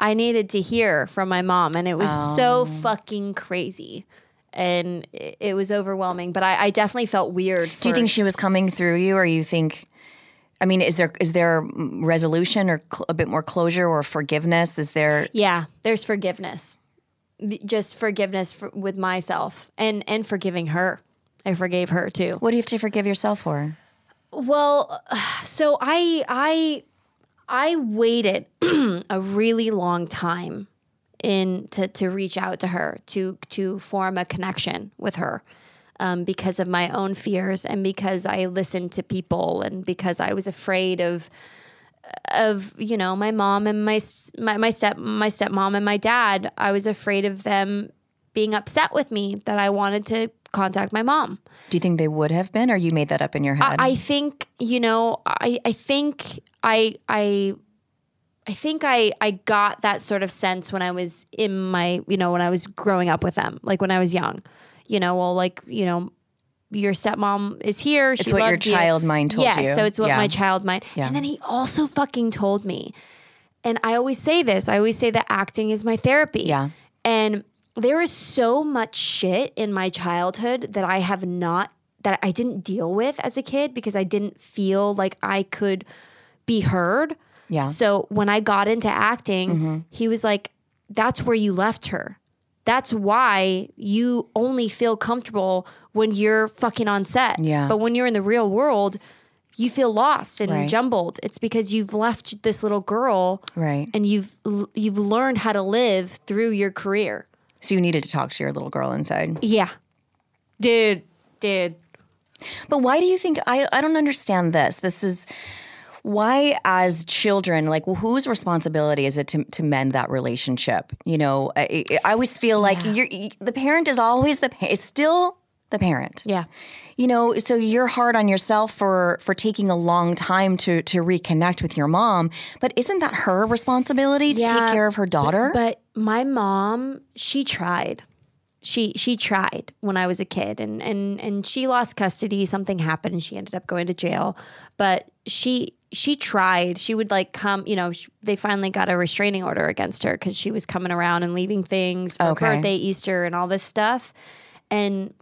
Speaker 3: I needed to hear from my mom, and it was
Speaker 4: Oh.
Speaker 3: so fucking crazy, and it, it was overwhelming. But I, I definitely felt weird.
Speaker 4: do you
Speaker 3: for-
Speaker 4: think she was coming through you, or you think? I mean, is there is there mm, resolution or cl- a bit more closure or forgiveness? Is there?
Speaker 3: Yeah, there's forgiveness, B- just forgiveness for, with myself, and and forgiving her. I forgave her too.
Speaker 4: What do you have to forgive yourself for?
Speaker 3: Well, so I I I waited a really long time in to to reach out to her to to form a connection with her um, because of my own fears and because I listened to people and because I was afraid of of you know my mom and my s- my, my step my stepmom and my dad I was afraid of them being upset with me that I wanted to contact my mom
Speaker 4: Do you think they would have been, or you made that up in your head?
Speaker 3: I, I think you know. I I think I I. I think I, I got that sort of sense when I was in my, you know, when I was growing up with them, like when I was young, you know, well, like, you know, your stepmom is here. She
Speaker 4: It's what your
Speaker 3: loves you.
Speaker 4: child mind told
Speaker 3: yeah,
Speaker 4: you.
Speaker 3: So it's what
Speaker 4: Yeah.
Speaker 3: my child mind. And then he also fucking told me, and I always say this, I always say that acting is my therapy.
Speaker 4: Yeah.
Speaker 3: And there is so much shit in my childhood that I have not that I didn't deal with as a kid because I didn't feel like I could be heard.
Speaker 4: Yeah. Mm-hmm.
Speaker 3: So when I got into acting, he was like, That's where you left her. That's why you only feel comfortable when you're fucking on set.
Speaker 4: Yeah.
Speaker 3: But when you're in the real world, you feel lost and
Speaker 4: Right.
Speaker 3: jumbled. It's because you've left this little girl
Speaker 4: right.
Speaker 3: and you've you've learned how to live through your career.
Speaker 4: so you needed to talk to your little girl inside.
Speaker 3: Yeah. Dude, dude.
Speaker 4: But why do you think I I don't understand this. This is why as children like well, whose responsibility is it to, to mend that relationship you know i, I- I always feel like you're, the parent is always the pa- is still the parent
Speaker 3: Yeah.
Speaker 4: you know so you're hard on yourself for for taking a long time to to reconnect with your mom but isn't that her responsibility to
Speaker 3: Yeah,
Speaker 4: take care of her daughter
Speaker 3: But my mom, she tried. She she tried when I was a kid and and and she lost custody, something happened and she ended up going to jail. But she she tried. She would like come, you know, sh they finally got a restraining order against her cuz she was coming around and leaving things for
Speaker 4: Okay.
Speaker 3: birthday, Easter and all this stuff. And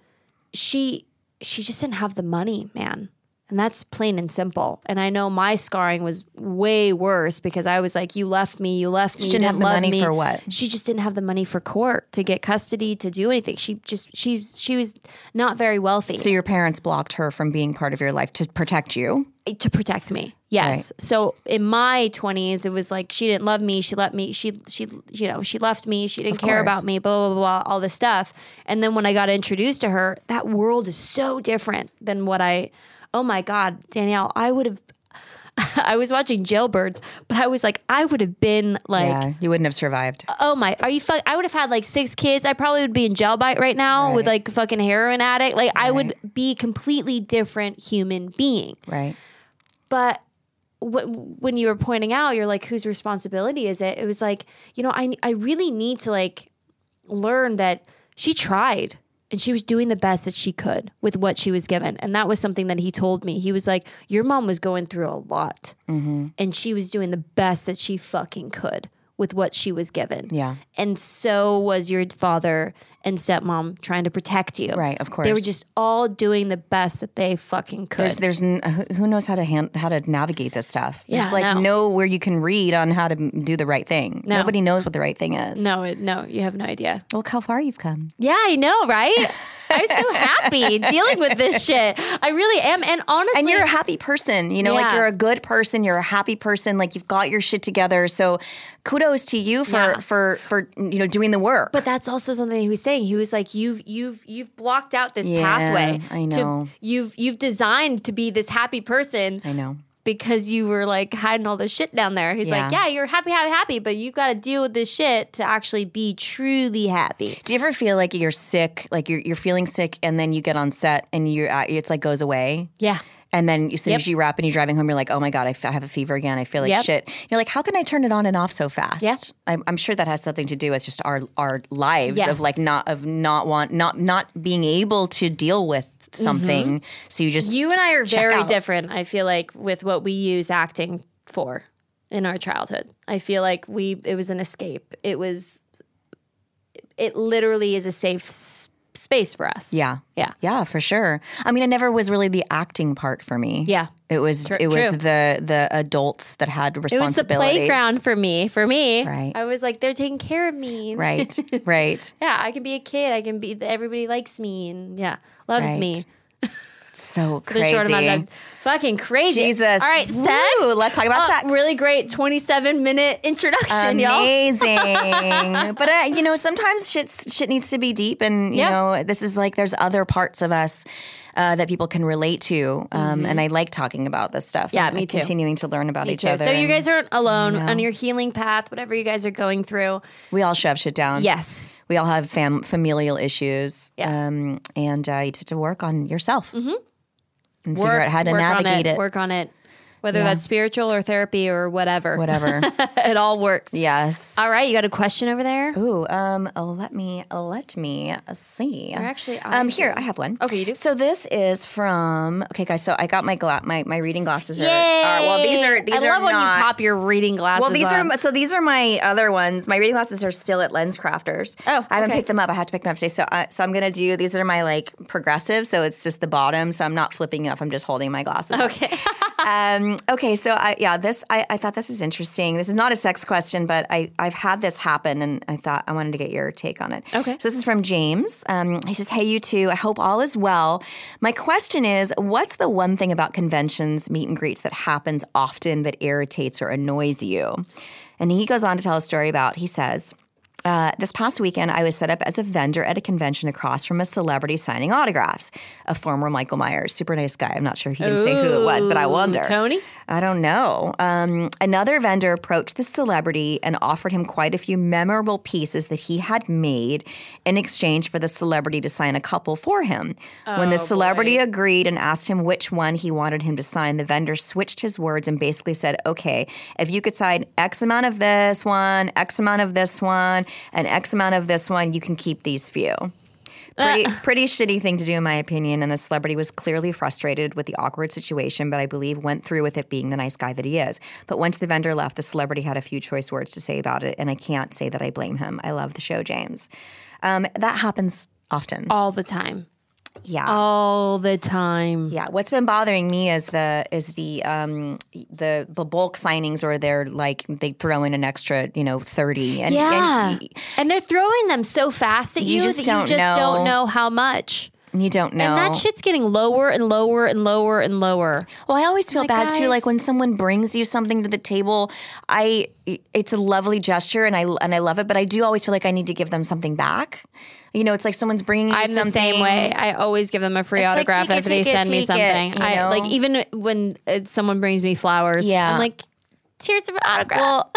Speaker 3: she she just didn't have the money, man. And that's plain and simple. And I know my scarring was way worse because I was like, "You left me, you left me."
Speaker 4: She didn't
Speaker 3: you
Speaker 4: have the
Speaker 3: love
Speaker 4: money
Speaker 3: me."
Speaker 4: for what?
Speaker 3: She just didn't have the money for court to get custody to do anything. She just she's she was not very wealthy
Speaker 4: so your parents blocked her from being part of your life to protect you
Speaker 3: to protect me. Yes. So in my twenties, it was like she didn't love me. She let me. She she you know she left me. She didn't care about me. Blah blah blah. blah, All this stuff. And then when I got introduced to her, that world is so different than what I. Oh my God, Danielle, I would have. I was watching Jailbirds, but I was like, I would have been like,
Speaker 4: yeah you wouldn't have survived
Speaker 3: oh my, are you fuck? I would have had like six kids. I probably would be in jail by right now with like a fucking heroin addict. Like I would be a completely different human being.
Speaker 4: right
Speaker 3: But wh- when you were pointing out, you're like, whose responsibility is it? It was like, you know, I I really need to like learn that she tried and she was doing the best that she could with what she was given, and that was something that he told me. He was like, your mom was going through a lot,
Speaker 4: Mm-hmm.
Speaker 3: and she was doing the best that she fucking could with what she was given.
Speaker 4: Yeah.
Speaker 3: And so was your father and stepmom trying to protect you.
Speaker 4: Right, of
Speaker 3: They were
Speaker 4: course.
Speaker 3: just all doing the best that they fucking could.
Speaker 4: There's, there's n- uh, who- who knows how to hand, how to navigate this stuff.
Speaker 3: Yeah,
Speaker 4: there's like
Speaker 3: no.
Speaker 4: nowhere you can read on how to m- do the right thing.
Speaker 3: No.
Speaker 4: Nobody knows what the right thing is.
Speaker 3: no, it, no, you have no idea.
Speaker 4: Look how far you've come.
Speaker 3: Yeah, I know, right? I'm so happy dealing with this shit. I really am. And honestly,
Speaker 4: And you're a happy person, you know, like
Speaker 3: Yeah.
Speaker 4: you're a good person, you're a happy person, like you've got your shit together. So kudos to you for
Speaker 3: Yeah.
Speaker 4: for for you know doing the work.
Speaker 3: but that's also something he was saying. He was like, "You've you've you've blocked out this
Speaker 4: Yeah,
Speaker 3: pathway.
Speaker 4: I
Speaker 3: to-
Speaker 4: know.
Speaker 3: you've you've designed to be this happy person.
Speaker 4: I know.
Speaker 3: because you were like hiding all this shit down there. He's like,
Speaker 4: Yeah.
Speaker 3: yeah, you're happy, happy, happy, but you got to deal with this shit to actually be truly happy.
Speaker 4: Do you ever feel like you're sick, like you're, you're feeling sick, and then you get on set and you're at, it's like goes away?
Speaker 3: Yeah.
Speaker 4: And then as soon as you wrap and you're driving home, you're like, oh my God, I, f- I have a fever again. I feel like
Speaker 3: Yep.
Speaker 4: shit. You're like, how can I turn it on and off so fast?
Speaker 3: Yeah.
Speaker 4: I'm, I'm sure that has something to do with just our our lives
Speaker 3: Yes.
Speaker 4: of like not of not want not not being able to deal with something. So you just
Speaker 3: Mm-hmm. You and I are very
Speaker 4: out.
Speaker 3: different, I feel like, with what we use acting for in our childhood. I feel like we it was an escape. It was it literally is a safe s- space for us.
Speaker 4: yeah
Speaker 3: Yeah.
Speaker 4: yeah for sure. I mean, it never was really the acting part for me.
Speaker 3: Yeah.
Speaker 4: It was it was
Speaker 3: true.
Speaker 4: the the adults that had
Speaker 3: It was
Speaker 4: responsibilities.
Speaker 3: the playground for me. For me,
Speaker 4: Right.
Speaker 3: I was like, they're taking care of me.
Speaker 4: Right. Right.
Speaker 3: Yeah, I can be a kid. I can be. Everybody likes me, and yeah, loves
Speaker 4: Right.
Speaker 3: me.
Speaker 4: So
Speaker 3: The
Speaker 4: crazy.
Speaker 3: short amount of time. Fucking crazy.
Speaker 4: Jesus.
Speaker 3: All right,
Speaker 4: Woo,
Speaker 3: sex.
Speaker 4: let's talk about
Speaker 3: Oh,
Speaker 4: sex.
Speaker 3: Really great twenty-seven minute introduction, y'all.
Speaker 4: Amazing. but uh, you know, sometimes shit shit needs to be deep, and you
Speaker 3: Yeah.
Speaker 4: know, this is like there's other parts of us. Uh, that people can relate to, um, and I like talking about this stuff.
Speaker 3: Mm-hmm. Yeah,
Speaker 4: and
Speaker 3: me too.
Speaker 4: Continuing to learn about each other.
Speaker 3: So you
Speaker 4: and
Speaker 3: guys aren't alone on your healing path, whatever you guys are going through.
Speaker 4: we all shove shit down.
Speaker 3: Yes.
Speaker 4: we all have fam- familial issues.
Speaker 3: Yeah. Mm-hmm.
Speaker 4: um, and uh, you have to work on yourself and figure out how to
Speaker 3: work on
Speaker 4: navigate it.
Speaker 3: Work on it. Whether that's spiritual or therapy or whatever.
Speaker 4: Whatever.
Speaker 3: it all works.
Speaker 4: yes.
Speaker 3: All right, you got a question over there?
Speaker 4: Ooh, um, let me let me uh, see. We're
Speaker 3: actually
Speaker 4: um here. I have one.
Speaker 3: Okay, you do?
Speaker 4: So this is from okay, guys. So I got my gla- my my reading glasses. Are, are well, these are these
Speaker 3: I
Speaker 4: are
Speaker 3: love when
Speaker 4: not-
Speaker 3: you pop your reading glasses.
Speaker 4: Well, these
Speaker 3: on.
Speaker 4: are so these are my other ones. My reading glasses are still at Lens Crafters.
Speaker 3: Oh,
Speaker 4: I haven't
Speaker 3: okay.
Speaker 4: picked them up. I have to pick them up today. So I, so I'm gonna do these are my like progressive. So it's just the bottom. So I'm not flipping up. I'm just holding my glasses. Okay. um, okay. So I yeah this I, I thought this is interesting. This is not a sex question, but I I've had this happen and I thought I wanted to get your take on it.
Speaker 3: Okay.
Speaker 4: So this is from James. Um, he says, "Hey you two. I hope all is well. My question is, what's the one thing about conventions, meet and greets that happens often that irritates or annoys you?" And he goes on to tell a story about, he says, uh, this past weekend, I was set up as a vendor at a convention across from a celebrity signing autographs, a former Michael Myers, super nice guy. I'm not sure he didn't say who it was, but I wonder.
Speaker 3: Tony?
Speaker 4: I don't know. Um, another vendor approached the celebrity and offered him quite a few memorable pieces that he had made in exchange for the celebrity to sign a couple for him. when the celebrity agreed and asked him which one he wanted him to sign, the vendor switched his words and basically said, okay, if you could sign X amount of this one, X amount of this one, and X amount of this one, you can keep these few. Pretty,
Speaker 3: Ah.
Speaker 4: pretty shitty thing to do, in my opinion. And the celebrity was clearly frustrated with the awkward situation, but I believe went through with it being the nice guy that he is. But once the vendor left, the celebrity had a few choice words to say about it. And I can't say that I blame him. I love the show, James. Um, that happens often.
Speaker 3: all the time.
Speaker 4: Yeah.
Speaker 3: oh. All the time.
Speaker 4: Yeah, what's been bothering me is the is the um the the bulk signings or they're like they throw in an extra you know thirty and
Speaker 3: Yeah.
Speaker 4: and
Speaker 3: And, they're throwing them so fast at
Speaker 4: You
Speaker 3: you,
Speaker 4: just
Speaker 3: that
Speaker 4: don't
Speaker 3: you just
Speaker 4: know.
Speaker 3: don't know how much.
Speaker 4: y- you don't know.
Speaker 3: And that shit's getting lower and lower and lower and lower.
Speaker 4: well, I always feel
Speaker 3: Like,
Speaker 4: bad too. Like
Speaker 3: guys.
Speaker 4: when someone brings you something to the table, I it's a lovely gesture and I and I love it, but I do always feel like I need to give them something back. You know, it's like someone's bringing you
Speaker 3: I'm
Speaker 4: something.
Speaker 3: the same way. I always give them a free
Speaker 4: It's like,
Speaker 3: autograph
Speaker 4: take it,
Speaker 3: if they
Speaker 4: take it,
Speaker 3: send me
Speaker 4: take it,
Speaker 3: something.
Speaker 4: you know?
Speaker 3: I like even when uh, someone brings me flowers.
Speaker 4: Yeah.
Speaker 3: I'm like, here's an autograph.
Speaker 4: Well,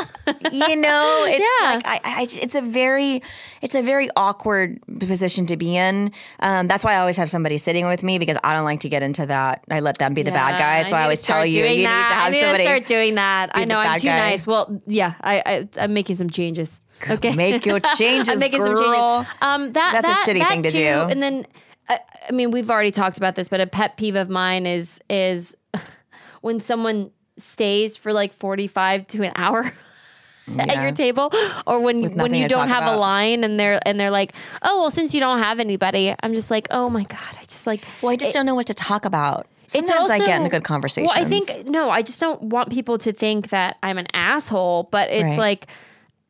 Speaker 4: you know, it's
Speaker 3: Yeah.
Speaker 4: like I, I, it's a very, it's a very awkward position to be in. Um, that's why I always have somebody sitting with me because I don't like to get into that. I let them be the bad
Speaker 3: Yeah,
Speaker 4: guy. That's why I
Speaker 3: need to
Speaker 4: always tell
Speaker 3: start
Speaker 4: you
Speaker 3: doing
Speaker 4: you
Speaker 3: that. I
Speaker 4: need
Speaker 3: need
Speaker 4: to have somebody
Speaker 3: to start doing that.
Speaker 4: be
Speaker 3: I
Speaker 4: the
Speaker 3: know I'm
Speaker 4: bad
Speaker 3: too
Speaker 4: guy.
Speaker 3: nice. Well, yeah, I, I I'm making some changes. Okay,
Speaker 4: make your changes,
Speaker 3: I'm making some
Speaker 4: girl.
Speaker 3: changes. Um, that
Speaker 4: That's a
Speaker 3: that-
Speaker 4: shitty
Speaker 3: that
Speaker 4: thing to
Speaker 3: too,
Speaker 4: do.
Speaker 3: And then, I, I mean, we've already talked about this, but a pet peeve of mine is is when someone stays for like 45 to an hour. At your table, or when when
Speaker 4: nothing
Speaker 3: you
Speaker 4: to
Speaker 3: don't
Speaker 4: talk
Speaker 3: have
Speaker 4: about.
Speaker 3: a line, and they're and they're like, oh well, since you don't have anybody, I'm just like, oh my god, I just like
Speaker 4: Well, I just don't know what to talk about. Sometimes I
Speaker 3: also-
Speaker 4: get in good conversations.
Speaker 3: Well, I think no, I just don't want people to think that I'm an asshole. But it's
Speaker 4: Right.
Speaker 3: like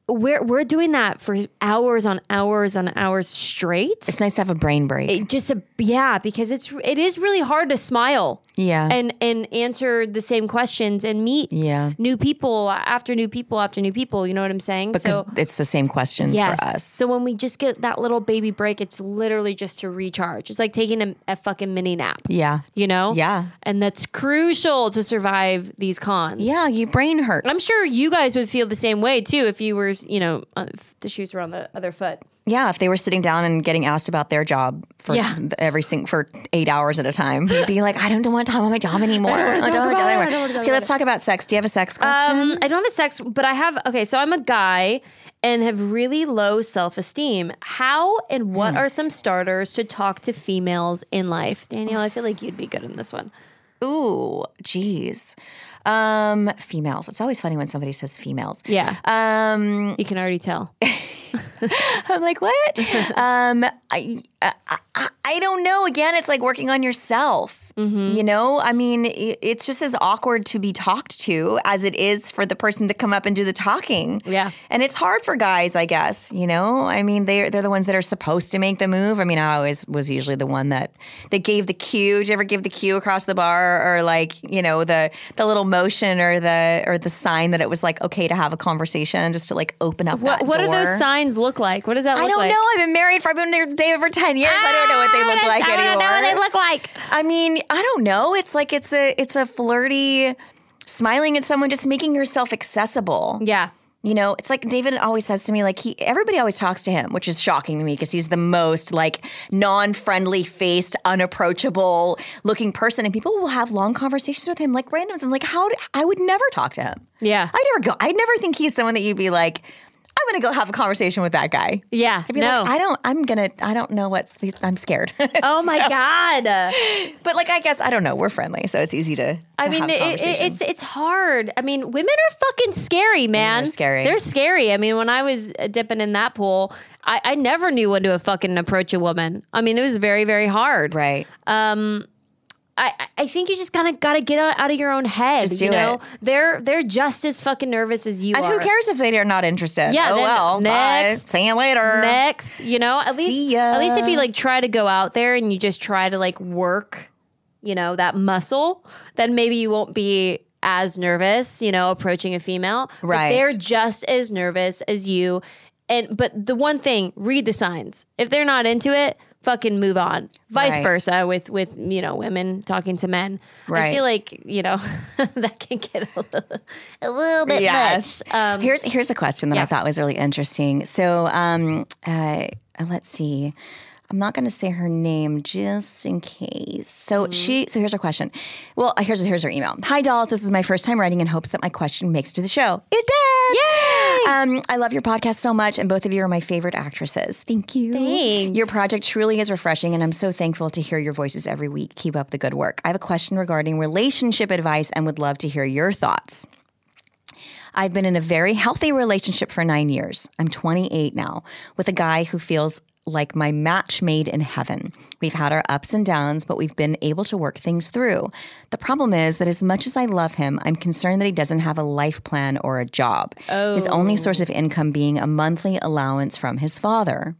Speaker 3: we're we're doing that for hours on hours on hours straight.
Speaker 4: it's nice to have a brain break.
Speaker 3: It just a, yeah, because it's it is really hard to smile
Speaker 4: Yeah.
Speaker 3: and and answer the same questions and meet
Speaker 4: Yeah.
Speaker 3: new people after new people after new people. You know what I'm saying?
Speaker 4: because
Speaker 3: so
Speaker 4: it's the same question
Speaker 3: yes.
Speaker 4: for us.
Speaker 3: So when we just get that little baby break, it's literally just to recharge. It's like taking a, a fucking mini nap.
Speaker 4: Yeah.
Speaker 3: You know?
Speaker 4: Yeah.
Speaker 3: And that's crucial to survive these cons.
Speaker 4: Yeah, your brain hurts.
Speaker 3: I'm sure you guys would feel the same way too if you were, you know, uh, if the shoes were on the other foot.
Speaker 4: Yeah, if they were sitting down and getting asked about their job for
Speaker 3: Yeah.
Speaker 4: th- every sing- for eight hours at a time, you'd be like, I don't want to talk about my job anymore. I don't want to talk about it. Okay, let's talk about sex. Do you have a sex question?
Speaker 3: Um, I don't have a sex, but I have. Okay, so I'm a guy and have really low self esteem. How and what are some starters to talk to females in life? Danielle, I feel like you'd be good in this one.
Speaker 4: Ooh, geez. Um, females. It's always funny when somebody says females.
Speaker 3: Yeah,
Speaker 4: Um,
Speaker 3: you can already tell.
Speaker 4: I'm like, what? um, I, I, I, I don't know. Again, it's like working on yourself.
Speaker 3: Mm-hmm.
Speaker 4: You know, I mean, i it's just as awkward to be talked to as it is for the person to come up and do the talking.
Speaker 3: Yeah.
Speaker 4: and it's hard for guys, I guess. You know, I mean, they're they're the ones that are supposed to make the move. I mean, I always was usually the one that that gave the cue. Did you ever give the cue across the bar, or like you know the the little motion or the or the sign that it was like okay to have a conversation, just to like open up.
Speaker 3: What
Speaker 4: that
Speaker 3: What
Speaker 4: door.
Speaker 3: do those signs look like? What does that look
Speaker 4: I
Speaker 3: like? Ah,
Speaker 4: don't know. I've been married for I've been there- dated for ten years. I don't know what they look like
Speaker 3: I
Speaker 4: anymore.
Speaker 3: don't know what they look like.
Speaker 4: I mean, I don't know. It's like it's a it's a flirty smiling at someone, just making yourself accessible.
Speaker 3: Yeah.
Speaker 4: You know, it's like David always says to me, like he everybody always talks to him, which is shocking to me because he's the most like non-friendly faced, unapproachable looking person. And people will have long conversations with him, like randoms. I'm like, how do, I would never talk to him.
Speaker 3: Yeah.
Speaker 4: I never go. I never think he's someone that you'd be like, I'm gonna go have a conversation with that guy.
Speaker 3: Yeah.
Speaker 4: I'd be
Speaker 3: No.
Speaker 4: like, I don't. I'm gonna. I don't know what's. The, I'm scared.
Speaker 3: oh my god.
Speaker 4: but like, I guess I don't know. We're friendly, so it's easy to. to
Speaker 3: I mean,
Speaker 4: have
Speaker 3: it- it,
Speaker 4: conversation.
Speaker 3: it's it's hard. I mean, women are fucking scary, man.
Speaker 4: they're scary.
Speaker 3: They're scary. I mean, when I was uh, dipping in that pool, I, I never knew when to fucking approach a woman. I mean, it was very very hard.
Speaker 4: right.
Speaker 3: I, I- I think you just kind of gotta get out, out of your own head.
Speaker 4: Just
Speaker 3: you
Speaker 4: do
Speaker 3: know,
Speaker 4: it.
Speaker 3: they're they're just as fucking nervous as you
Speaker 4: and
Speaker 3: are.
Speaker 4: who cares if they are not interested?
Speaker 3: Yeah,
Speaker 4: Oh
Speaker 3: then
Speaker 4: well.
Speaker 3: next.
Speaker 4: Bye. See you later.
Speaker 3: Next, you know, at
Speaker 4: See
Speaker 3: least
Speaker 4: ya.
Speaker 3: at least if you like try to go out there and you just try to like work, you know, that muscle, then maybe you won't be as nervous, you know, approaching a female. But
Speaker 4: Right.
Speaker 3: they're just as nervous as you. And but the one thing, read the signs. If they're not into it, fucking move on. Vice
Speaker 4: Right.
Speaker 3: versa with with you know women talking to men. I
Speaker 4: Right.
Speaker 3: feel like you know that can get a little, a little bit
Speaker 4: Yes.
Speaker 3: much. Um,
Speaker 4: here's here's a question that I thought was really interesting. So, um, uh, let's see. I'm not going to say her name just in case. So
Speaker 3: Mm-hmm.
Speaker 4: she. So here's her question. Well, uh, here's here's her email. Hi dolls. This is my first time writing in hopes that my question makes it to the show. It did. Yay! Um, I love your podcast so much, and both of you are my favorite actresses. Thank you.
Speaker 3: Thanks.
Speaker 4: Your project truly is refreshing, and I'm so thankful to hear your voices every week. Keep up the good work. I have a question regarding relationship advice, and would love to hear your thoughts. I've been in a very healthy relationship for nine years. I'm 28 now with a guy who feels like my match made in heaven. We've had our ups and downs, but we've been able to work things through. The problem is that as much as I love him, I'm concerned that he doesn't have a life plan or a job. His only source of income being a monthly allowance from his father.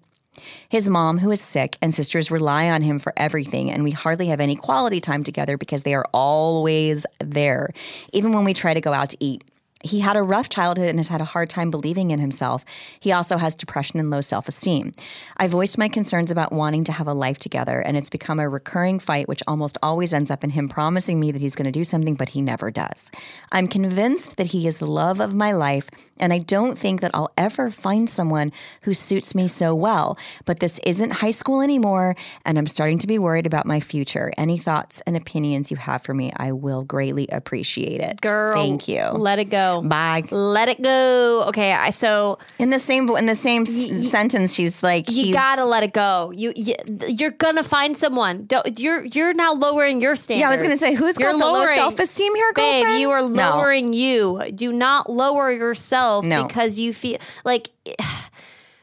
Speaker 4: His mom, who is sick, and sisters rely on him for everything, and we hardly have any quality time together because they are always there, even when we try to go out to eat. He had a rough childhood and has had a hard time believing in himself. He also has depression and low self esteem. I voiced my concerns about wanting to have a life together, and it's become a recurring fight, which almost always ends up in him promising me that he's going to do something, but he never does. I'm convinced that he is the love of my life, and I don't think that I'll ever find someone who suits me so well. But this isn't high school anymore, and I'm starting to be worried about my future. Any thoughts and opinions you have for me, I will greatly appreciate it.
Speaker 3: girl,
Speaker 4: Thank you.
Speaker 3: Let it go.
Speaker 4: Bye.
Speaker 3: Let it go. Okay, I so
Speaker 4: In the same in the same s sentence, she's like,
Speaker 3: you
Speaker 4: he's-
Speaker 3: gotta let it go. You, you you're gonna find someone. Don't, you're you're now lowering your standards.
Speaker 4: Yeah, I was gonna say, who's
Speaker 3: You're
Speaker 4: got the low
Speaker 3: lowering-
Speaker 4: self esteem here, girlfriend?
Speaker 3: Babe, you are
Speaker 4: No.
Speaker 3: lowering you. Do not lower yourself
Speaker 4: No.
Speaker 3: because you feel like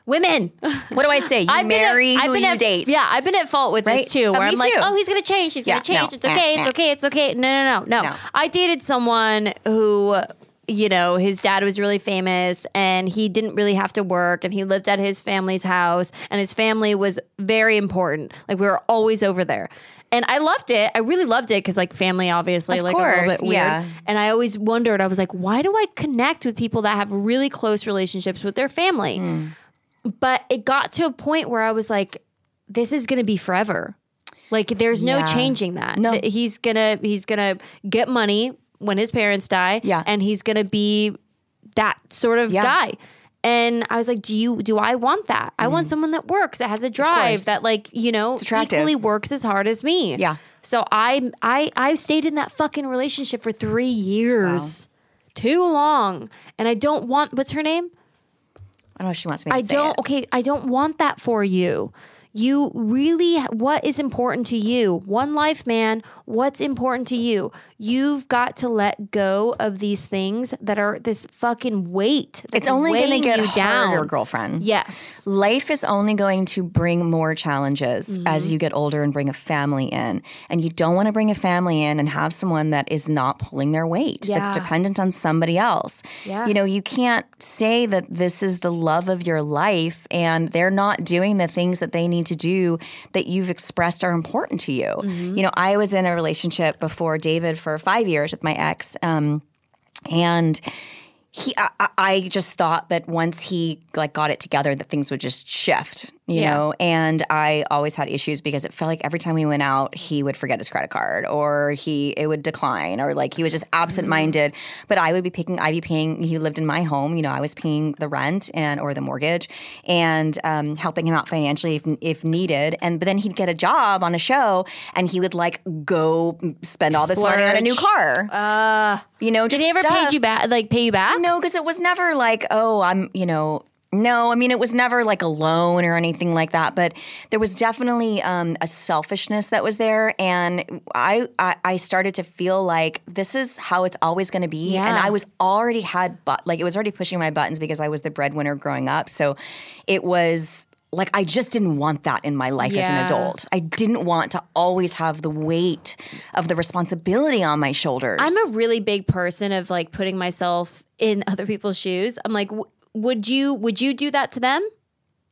Speaker 3: women.
Speaker 4: What do I say? You
Speaker 3: I've been at-
Speaker 4: marry
Speaker 3: I've
Speaker 4: who
Speaker 3: been
Speaker 4: you
Speaker 3: at-
Speaker 4: date.
Speaker 3: Yeah, I've been at fault with
Speaker 4: Right?
Speaker 3: this too.
Speaker 4: Uh,
Speaker 3: Where
Speaker 4: me
Speaker 3: I'm like,
Speaker 4: too.
Speaker 3: oh, he's gonna change. He's
Speaker 4: Yeah,
Speaker 3: gonna change.
Speaker 4: no,
Speaker 3: It's okay.
Speaker 4: nah,
Speaker 3: It's
Speaker 4: nah.
Speaker 3: okay. It's okay. No, no, no, no,
Speaker 4: No.
Speaker 3: I dated someone who. You know, his dad was really famous and he didn't really have to work and he lived at his family's house and his family was very important. Like we were always over there. And I loved it. I really loved it because like family, obviously,
Speaker 4: Of
Speaker 3: like a little
Speaker 4: course,
Speaker 3: bit weird.
Speaker 4: yeah.
Speaker 3: And I always wondered. I was like, why do I connect with people that have really close relationships with their family?
Speaker 4: Hmm.
Speaker 3: But it got to a point where I was like, this is going to be forever. Like there's no
Speaker 4: Yeah.
Speaker 3: changing that.
Speaker 4: No.
Speaker 3: Th- He's gonna he's gonna get money when his parents die.
Speaker 4: Yeah.
Speaker 3: And he's gonna be that sort of
Speaker 4: Yeah.
Speaker 3: guy. And I was like, do you do I want that? I
Speaker 4: Mm.
Speaker 3: want someone that works, that has a drive, that like, you know,
Speaker 4: attractive.
Speaker 3: equally works as hard as me.
Speaker 4: Yeah.
Speaker 3: So I I I stayed in that fucking relationship for three years. Too long. And I don't want what's her name?
Speaker 4: I don't know if she wants me to
Speaker 3: I
Speaker 4: say
Speaker 3: don't.
Speaker 4: it.
Speaker 3: Okay, I don't want that for you. You really, what is important to you? One life, man. What's important to you? You've got to let go of these things that are this fucking weight.
Speaker 4: It's only
Speaker 3: going to
Speaker 4: get
Speaker 3: you down.
Speaker 4: harder, girlfriend.
Speaker 3: Yes.
Speaker 4: Life is only going to bring more challenges
Speaker 3: Mm-hmm.
Speaker 4: as you get older and bring a family in. And you don't want to bring a family in and have someone that is not pulling their weight, that's
Speaker 3: Yeah.
Speaker 4: dependent on somebody else.
Speaker 3: Yeah.
Speaker 4: You know, you can't say that this is the love of your life and they're not doing the things that they need to do that you've expressed are important to you.
Speaker 3: Mm-hmm.
Speaker 4: You know, I was in a relationship before David for five years with my ex. Um, and he I, I- I just thought that once he like got it together that things would just shift you
Speaker 3: Yeah.
Speaker 4: know and i always had issues because it felt like every time we went out he would forget his credit card or he it would decline or like he was just absent-minded but i would be picking i'd be paying he lived in my home you know i was paying the rent and or the mortgage and um, helping him out financially if, if needed and but then he'd get a job on a show and he would like go spend all this money on a new car uh, you know just
Speaker 3: Did he ever
Speaker 4: stuff.
Speaker 3: pay you back? Like pay you back?
Speaker 4: No, because it was never like, oh, I'm, you know, no, I mean, it was never like a loan or anything like that, but there was definitely um, a selfishness that was there. And I, I, I started to feel like this is how it's always going to be. And
Speaker 3: Yeah.
Speaker 4: I was already had, but like, it was already pushing my buttons because I was the breadwinner growing up. So it was like, I just didn't want that in my life as an
Speaker 3: Yeah.
Speaker 4: adult. I didn't want to always have the weight of the responsibility on my shoulders.
Speaker 3: I'm a really big person of like putting myself in other people's shoes. I'm like, w- would you would you do that to them?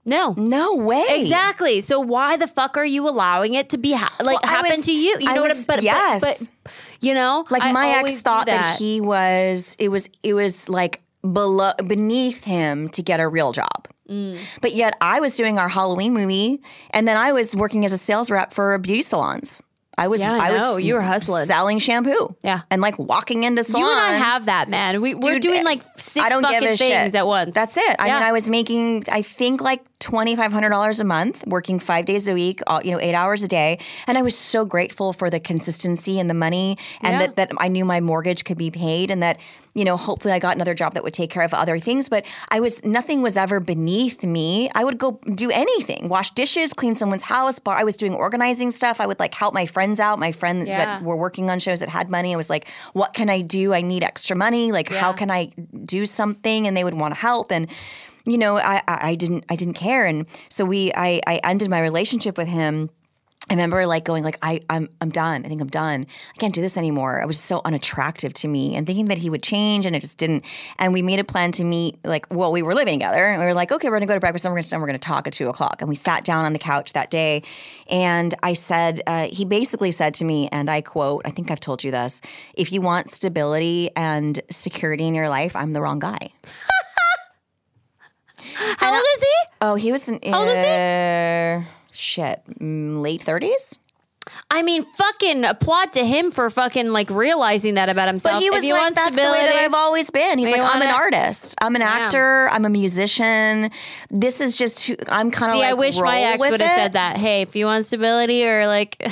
Speaker 3: No.
Speaker 4: no way.
Speaker 3: Exactly. So why the fuck are you allowing it to be ha- like
Speaker 4: Well, I
Speaker 3: happen
Speaker 4: was-
Speaker 3: to you? You
Speaker 4: I
Speaker 3: know what?
Speaker 4: was-
Speaker 3: I'm, but
Speaker 4: yes.
Speaker 3: but, but you know,
Speaker 4: like
Speaker 3: I
Speaker 4: my
Speaker 3: always
Speaker 4: ex
Speaker 3: do
Speaker 4: thought that. he was it was it was like below beneath him to get a real job
Speaker 3: Mm.
Speaker 4: but yet i was doing our halloween movie and then i was working as a sales rep for beauty salons i was
Speaker 3: Yeah, I
Speaker 4: i,
Speaker 3: know.
Speaker 4: was
Speaker 3: You were hustling.
Speaker 4: selling shampoo
Speaker 3: Yeah.
Speaker 4: and like walking into
Speaker 3: You
Speaker 4: salons
Speaker 3: and I have that man. We we're
Speaker 4: Dude, eh,
Speaker 3: doing like six
Speaker 4: I don't
Speaker 3: fucking
Speaker 4: give a
Speaker 3: things
Speaker 4: shit.
Speaker 3: at once.
Speaker 4: That's it. I
Speaker 3: Yeah.
Speaker 4: mean, I was making, I think, like twenty five hundred dollars a month, working five days a week, all, you know, eight hours a day, and I was so grateful for the consistency and the money, and
Speaker 3: Yeah.
Speaker 4: that that I knew my mortgage could be paid, and that you know, hopefully, I got another job that would take care of other things. But I was nothing was ever beneath me. I would go do anything, wash dishes, clean someone's house, bar. I was doing organizing stuff. I would like help my friends out, my friends
Speaker 3: Yeah.
Speaker 4: that were working on shows that had money. I was like, what can I do? I need extra money. Like, how can I do something? And they would want to help. And you know, I, I I didn't I didn't care. And so we I I ended my relationship with him. I remember like going like I I'm I'm done. I think I'm done. I can't do this anymore. I was so unattractive to me and thinking that he would change and it just didn't. And we made a plan to meet like well we were living together and we were like okay we're gonna go to breakfast and we're gonna and we're gonna talk at two o'clock and we sat down on the couch that day and I said uh, he basically said to me and I quote I think I've told you this if you want stability and security in your life I'm the wrong guy.
Speaker 3: How old is he?
Speaker 4: Oh he was an how
Speaker 3: old is he?
Speaker 4: Shit, mm, late thirties.
Speaker 3: I mean, fucking applaud to him for fucking like realizing that about himself.
Speaker 4: But he was
Speaker 3: if you
Speaker 4: like,
Speaker 3: want
Speaker 4: that's
Speaker 3: stability,
Speaker 4: the way that I've always been. He's
Speaker 3: You
Speaker 4: like, I'm an
Speaker 3: wanna-
Speaker 4: artist. I'm an actor. I'm a musician. This is just who I'm kind of
Speaker 3: See,
Speaker 4: like.
Speaker 3: I wish my
Speaker 4: roll
Speaker 3: ex
Speaker 4: with
Speaker 3: would have
Speaker 4: it.
Speaker 3: said that. Hey, if you want stability or like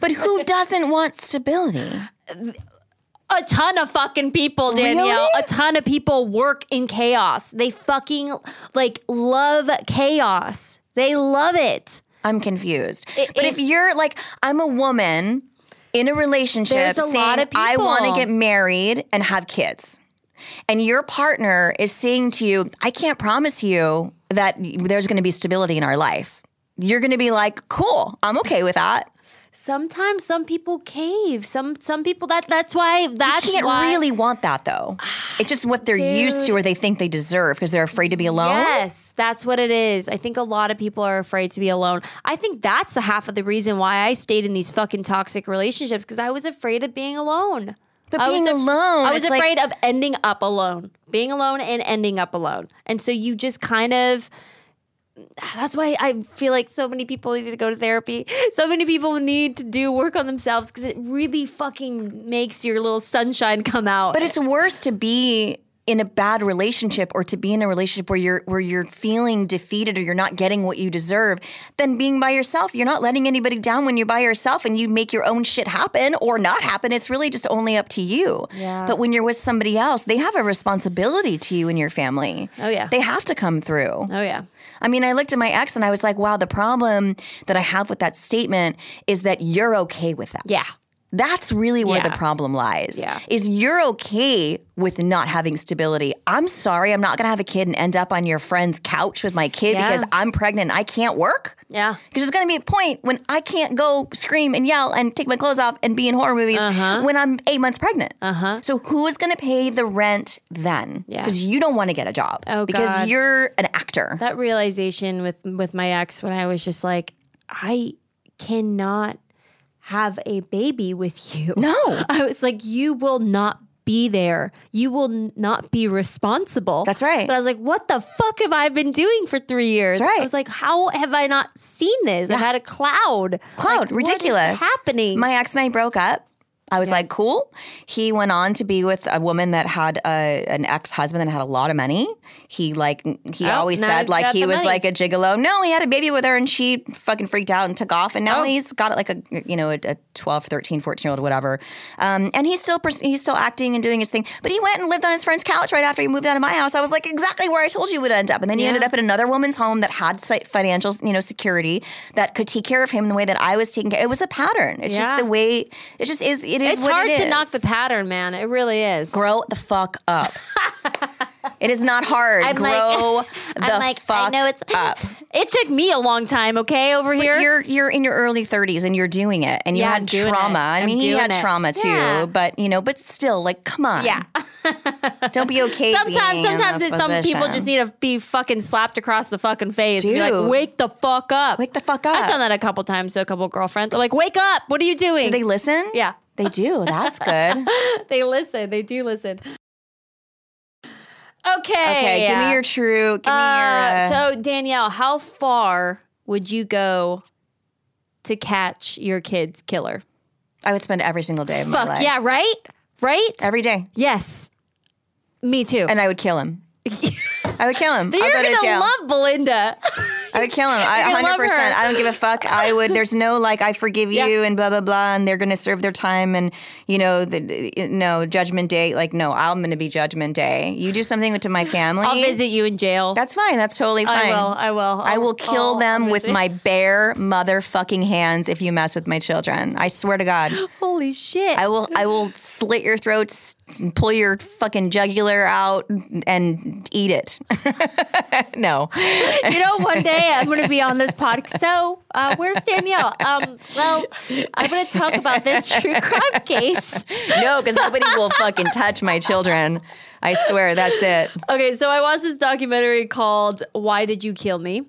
Speaker 4: But who doesn't want stability?
Speaker 3: a ton of fucking people, Danielle.
Speaker 4: Really?
Speaker 3: A ton of people work in chaos. They fucking like love chaos. They love it.
Speaker 4: I'm confused. but if you're like, I'm a woman in a relationship
Speaker 3: There's a
Speaker 4: saying,
Speaker 3: lot of
Speaker 4: I want to
Speaker 3: people."
Speaker 4: get married and have kids. And your partner is saying to you, I can't promise you that there's going to be stability in our life. You're going to be like, cool, I'm okay with that.
Speaker 3: sometimes some people cave. Some some people that that's why that's
Speaker 4: can't
Speaker 3: why,
Speaker 4: really want that though. It's just what they're used to or they think they deserve because they're afraid to be alone.
Speaker 3: Yes, that's what it is. I think a lot of people are afraid to be alone. I think that's a half of the reason why I stayed in these fucking toxic relationships because I was afraid of being alone.
Speaker 4: But
Speaker 3: I
Speaker 4: being
Speaker 3: was
Speaker 4: alone,
Speaker 3: I was
Speaker 4: it's like-
Speaker 3: afraid of ending up alone, being alone and ending up alone. And so you just kind of. That's why I feel like so many people need to go to therapy. So many people need to do work on themselves because it really fucking makes your little sunshine come out.
Speaker 4: But it's worse to be in a bad relationship or to be in a relationship where you're where you're feeling defeated or you're not getting what you deserve than being by yourself. You're not letting anybody down when you're by yourself and you make your own shit happen or not happen. It's really just only up to you. But when you're with somebody else, they have a responsibility to you and your family.
Speaker 3: Oh, yeah.
Speaker 4: They have to come through.
Speaker 3: oh yeah,
Speaker 4: I mean, I looked at my ex and I was like, wow, the problem that I have with that statement is that you're okay with that.
Speaker 3: Yeah.
Speaker 4: That's really where
Speaker 3: Yeah.
Speaker 4: the problem lies.
Speaker 3: Yeah.
Speaker 4: Is you're okay with not having stability. I'm sorry, I'm not going to have a kid and end up on your friend's couch with my kid
Speaker 3: Yeah.
Speaker 4: because I'm pregnant and I can't work.
Speaker 3: Yeah.
Speaker 4: Because there's going to be a point when I can't go scream and yell and take my clothes off and be in horror movies
Speaker 3: Uh-huh.
Speaker 4: when I'm eight months pregnant. Uh-huh. So who is going to pay the rent then?
Speaker 3: Yeah.
Speaker 4: Because you don't want to get a job.
Speaker 3: Oh,
Speaker 4: because
Speaker 3: God.
Speaker 4: you're an actor.
Speaker 3: that realization with with my ex when I was just like, I cannot have a baby with you.
Speaker 4: No.
Speaker 3: I was like, you will not be there. You will n- not be responsible.
Speaker 4: That's right.
Speaker 3: But I was like, what the fuck have I been doing for three years?
Speaker 4: That's right.
Speaker 3: I was like, how have I not seen this? I've had a cloud.
Speaker 4: cloud.
Speaker 3: Like, what is
Speaker 4: ridiculous.
Speaker 3: happening.
Speaker 4: My ex and I broke up. I was like, cool. He went on to be with a woman that had a, an ex husband that had a lot of money. He like he
Speaker 3: Oh,
Speaker 4: always
Speaker 3: now
Speaker 4: said
Speaker 3: he's
Speaker 4: like
Speaker 3: got
Speaker 4: he
Speaker 3: the
Speaker 4: was
Speaker 3: money.
Speaker 4: like a gigolo. No, he had a baby with her and she fucking freaked out and took off. And now
Speaker 3: Oh.
Speaker 4: he's got like a you know a, a 12, 13, 14 year old whatever. Um, and he's still pers- he's still acting and doing his thing. But he went and lived on his friend's couch right after he moved out of my house. I was like exactly where I told you would end up. And then he ended up in another woman's home that had si- financial you know security that could take care of him the way that I was taking care. It was a pattern. It's
Speaker 3: Yeah.
Speaker 4: just the way it just is. It is.
Speaker 3: it's
Speaker 4: what
Speaker 3: hard
Speaker 4: it
Speaker 3: to
Speaker 4: is.
Speaker 3: knock the pattern, man. It really is.
Speaker 4: Grow the fuck up. it is not hard.
Speaker 3: I'm like-
Speaker 4: Grow the
Speaker 3: I'm like,
Speaker 4: fuck
Speaker 3: I know it's
Speaker 4: up.
Speaker 3: it took me a long time, okay, over here.
Speaker 4: You're you're in your early 30s and you're doing it, and you
Speaker 3: Yeah, I'm
Speaker 4: had
Speaker 3: doing it.
Speaker 4: trauma. I
Speaker 3: I'm
Speaker 4: mean, he
Speaker 3: doing
Speaker 4: had
Speaker 3: it.
Speaker 4: trauma too,
Speaker 3: Yeah.
Speaker 4: but you know, but still, like, come on,
Speaker 3: Yeah.
Speaker 4: don't be okay.
Speaker 3: Sometimes,
Speaker 4: being in
Speaker 3: sometimes
Speaker 4: this
Speaker 3: it's some people
Speaker 4: position.
Speaker 3: just need to be fucking slapped across the fucking face. and Be
Speaker 4: Dude.
Speaker 3: like, wake the fuck up.
Speaker 4: Wake the fuck up.
Speaker 3: I've done that a couple times to a couple girlfriends. I'm like, wake up. What are you doing?
Speaker 4: Do they listen?
Speaker 3: Yeah.
Speaker 4: they do. That's good.
Speaker 3: they listen. They do listen. Okay.
Speaker 4: Okay, give me your true. Give me
Speaker 3: Uh,
Speaker 4: your. Uh,
Speaker 3: so Danielle, how far would you go to catch your kid's killer?
Speaker 4: I would spend every single day of my
Speaker 3: Fuck
Speaker 4: life.
Speaker 3: yeah! Right? Right?
Speaker 4: every day,
Speaker 3: yes. Me too.
Speaker 4: and I would kill him. I would kill him.
Speaker 3: You're
Speaker 4: I'll go
Speaker 3: gonna
Speaker 4: to jail.
Speaker 3: love Belinda.
Speaker 4: I would kill him. I
Speaker 3: You're gonna love
Speaker 4: 100. percent
Speaker 3: her.
Speaker 4: I don't give a fuck. I would. There's no like I forgive you
Speaker 3: Yeah.
Speaker 4: and blah blah blah, and they're gonna serve their time and you know the no judgment day. Like no, I'm gonna be judgment day. You do something to my family.
Speaker 3: I'll visit you in jail.
Speaker 4: That's fine. That's totally
Speaker 3: I
Speaker 4: fine.
Speaker 3: will. I will.
Speaker 4: I will
Speaker 3: I'll-
Speaker 4: kill
Speaker 3: I'll
Speaker 4: them with
Speaker 3: visit.
Speaker 4: my bare motherfucking hands if you mess with my children. I swear to God.
Speaker 3: Holy shit!
Speaker 4: I will I will slit your throats, pull your fucking jugular out, and eat it. no,
Speaker 3: you know, one day I'm going to be on this podcast. So, uh, where's Danielle? Um, well, I'm going to talk about this true crime case.
Speaker 4: no, because nobody will fucking touch my children. I swear, that's it.
Speaker 3: Okay, so I watched this documentary called "Why Did You Kill Me."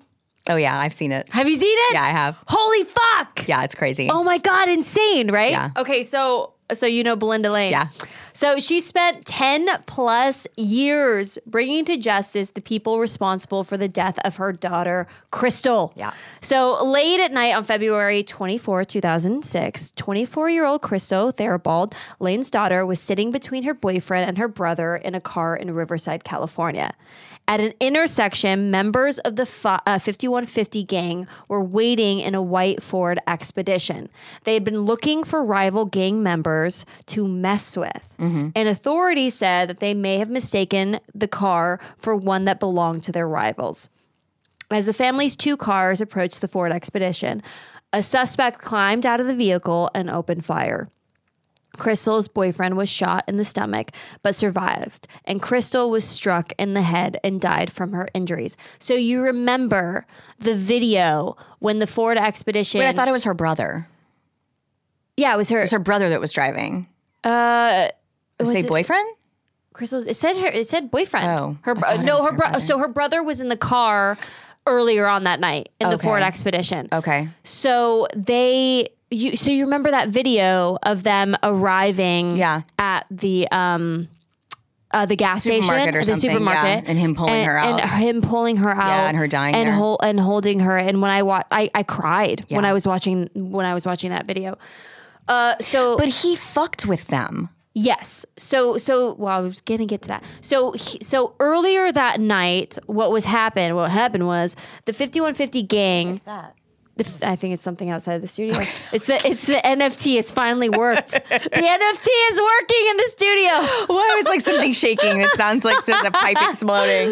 Speaker 4: Oh yeah, I've seen it.
Speaker 3: Have you seen it?
Speaker 4: Yeah, I have.
Speaker 3: Holy fuck!
Speaker 4: Yeah, it's crazy.
Speaker 3: Oh my god, insane, right?
Speaker 4: Yeah.
Speaker 3: Okay, so so you know Belinda Lane.
Speaker 4: Yeah.
Speaker 3: So she spent 10 plus years bringing to justice the people responsible for the death of her daughter, Crystal.
Speaker 4: Yeah.
Speaker 3: So late at night on February 24, 2006, 24 year old Crystal Therabald, Lane's daughter, was sitting between her boyfriend and her brother in a car in Riverside, California. At an intersection, members of the fi- uh, 5150 gang were waiting in a white Ford Expedition. They had been looking for rival gang members to mess with. And authorities said that they may have mistaken the car for one that belonged to their rivals. As the family's two cars approached the Ford Expedition, a suspect climbed out of the vehicle and opened fire. Crystal's boyfriend was shot in the stomach but survived, and Crystal was struck in the head and died from her injuries. So you remember the video when the Ford Expedition
Speaker 4: Wait, I thought it was her brother.
Speaker 3: Yeah, it was her.
Speaker 4: It's her brother that was driving. Uh, say boyfriend?
Speaker 3: Crystal's. It said her. It said boyfriend.
Speaker 4: Oh,
Speaker 3: her.
Speaker 4: I
Speaker 3: bro-
Speaker 4: thought it
Speaker 3: no,
Speaker 4: was
Speaker 3: her.
Speaker 4: her
Speaker 3: bro-
Speaker 4: brother.
Speaker 3: So her brother was in the car earlier on that night in the
Speaker 4: Okay.
Speaker 3: Ford expedition.
Speaker 4: Okay.
Speaker 3: So they. You. So you remember that video of them arriving?
Speaker 4: Yeah.
Speaker 3: At the um. Uh, the gas
Speaker 4: Supermarket
Speaker 3: station,
Speaker 4: or
Speaker 3: the
Speaker 4: something, yeah,
Speaker 3: supermarket,
Speaker 4: and him pulling
Speaker 3: and-
Speaker 4: her out.
Speaker 3: and him pulling her out,
Speaker 4: and her dying
Speaker 3: and
Speaker 4: there.
Speaker 3: hol- and holding her. And when I wa- I, I cried when
Speaker 4: Yeah.
Speaker 3: I was watching when I was watching that video. Uh, so
Speaker 4: But he fucked with them.
Speaker 3: Yes. So so well, I was gonna get to that. So he, so earlier that night, what was happened? What happened was the fifty one fifty gang. What's that? I think it's something outside the studio. It's the it's the NFT has finally worked. the NFT is working in the studio.
Speaker 4: Well, it's like something shaking. It sounds like there's a pipe exploding.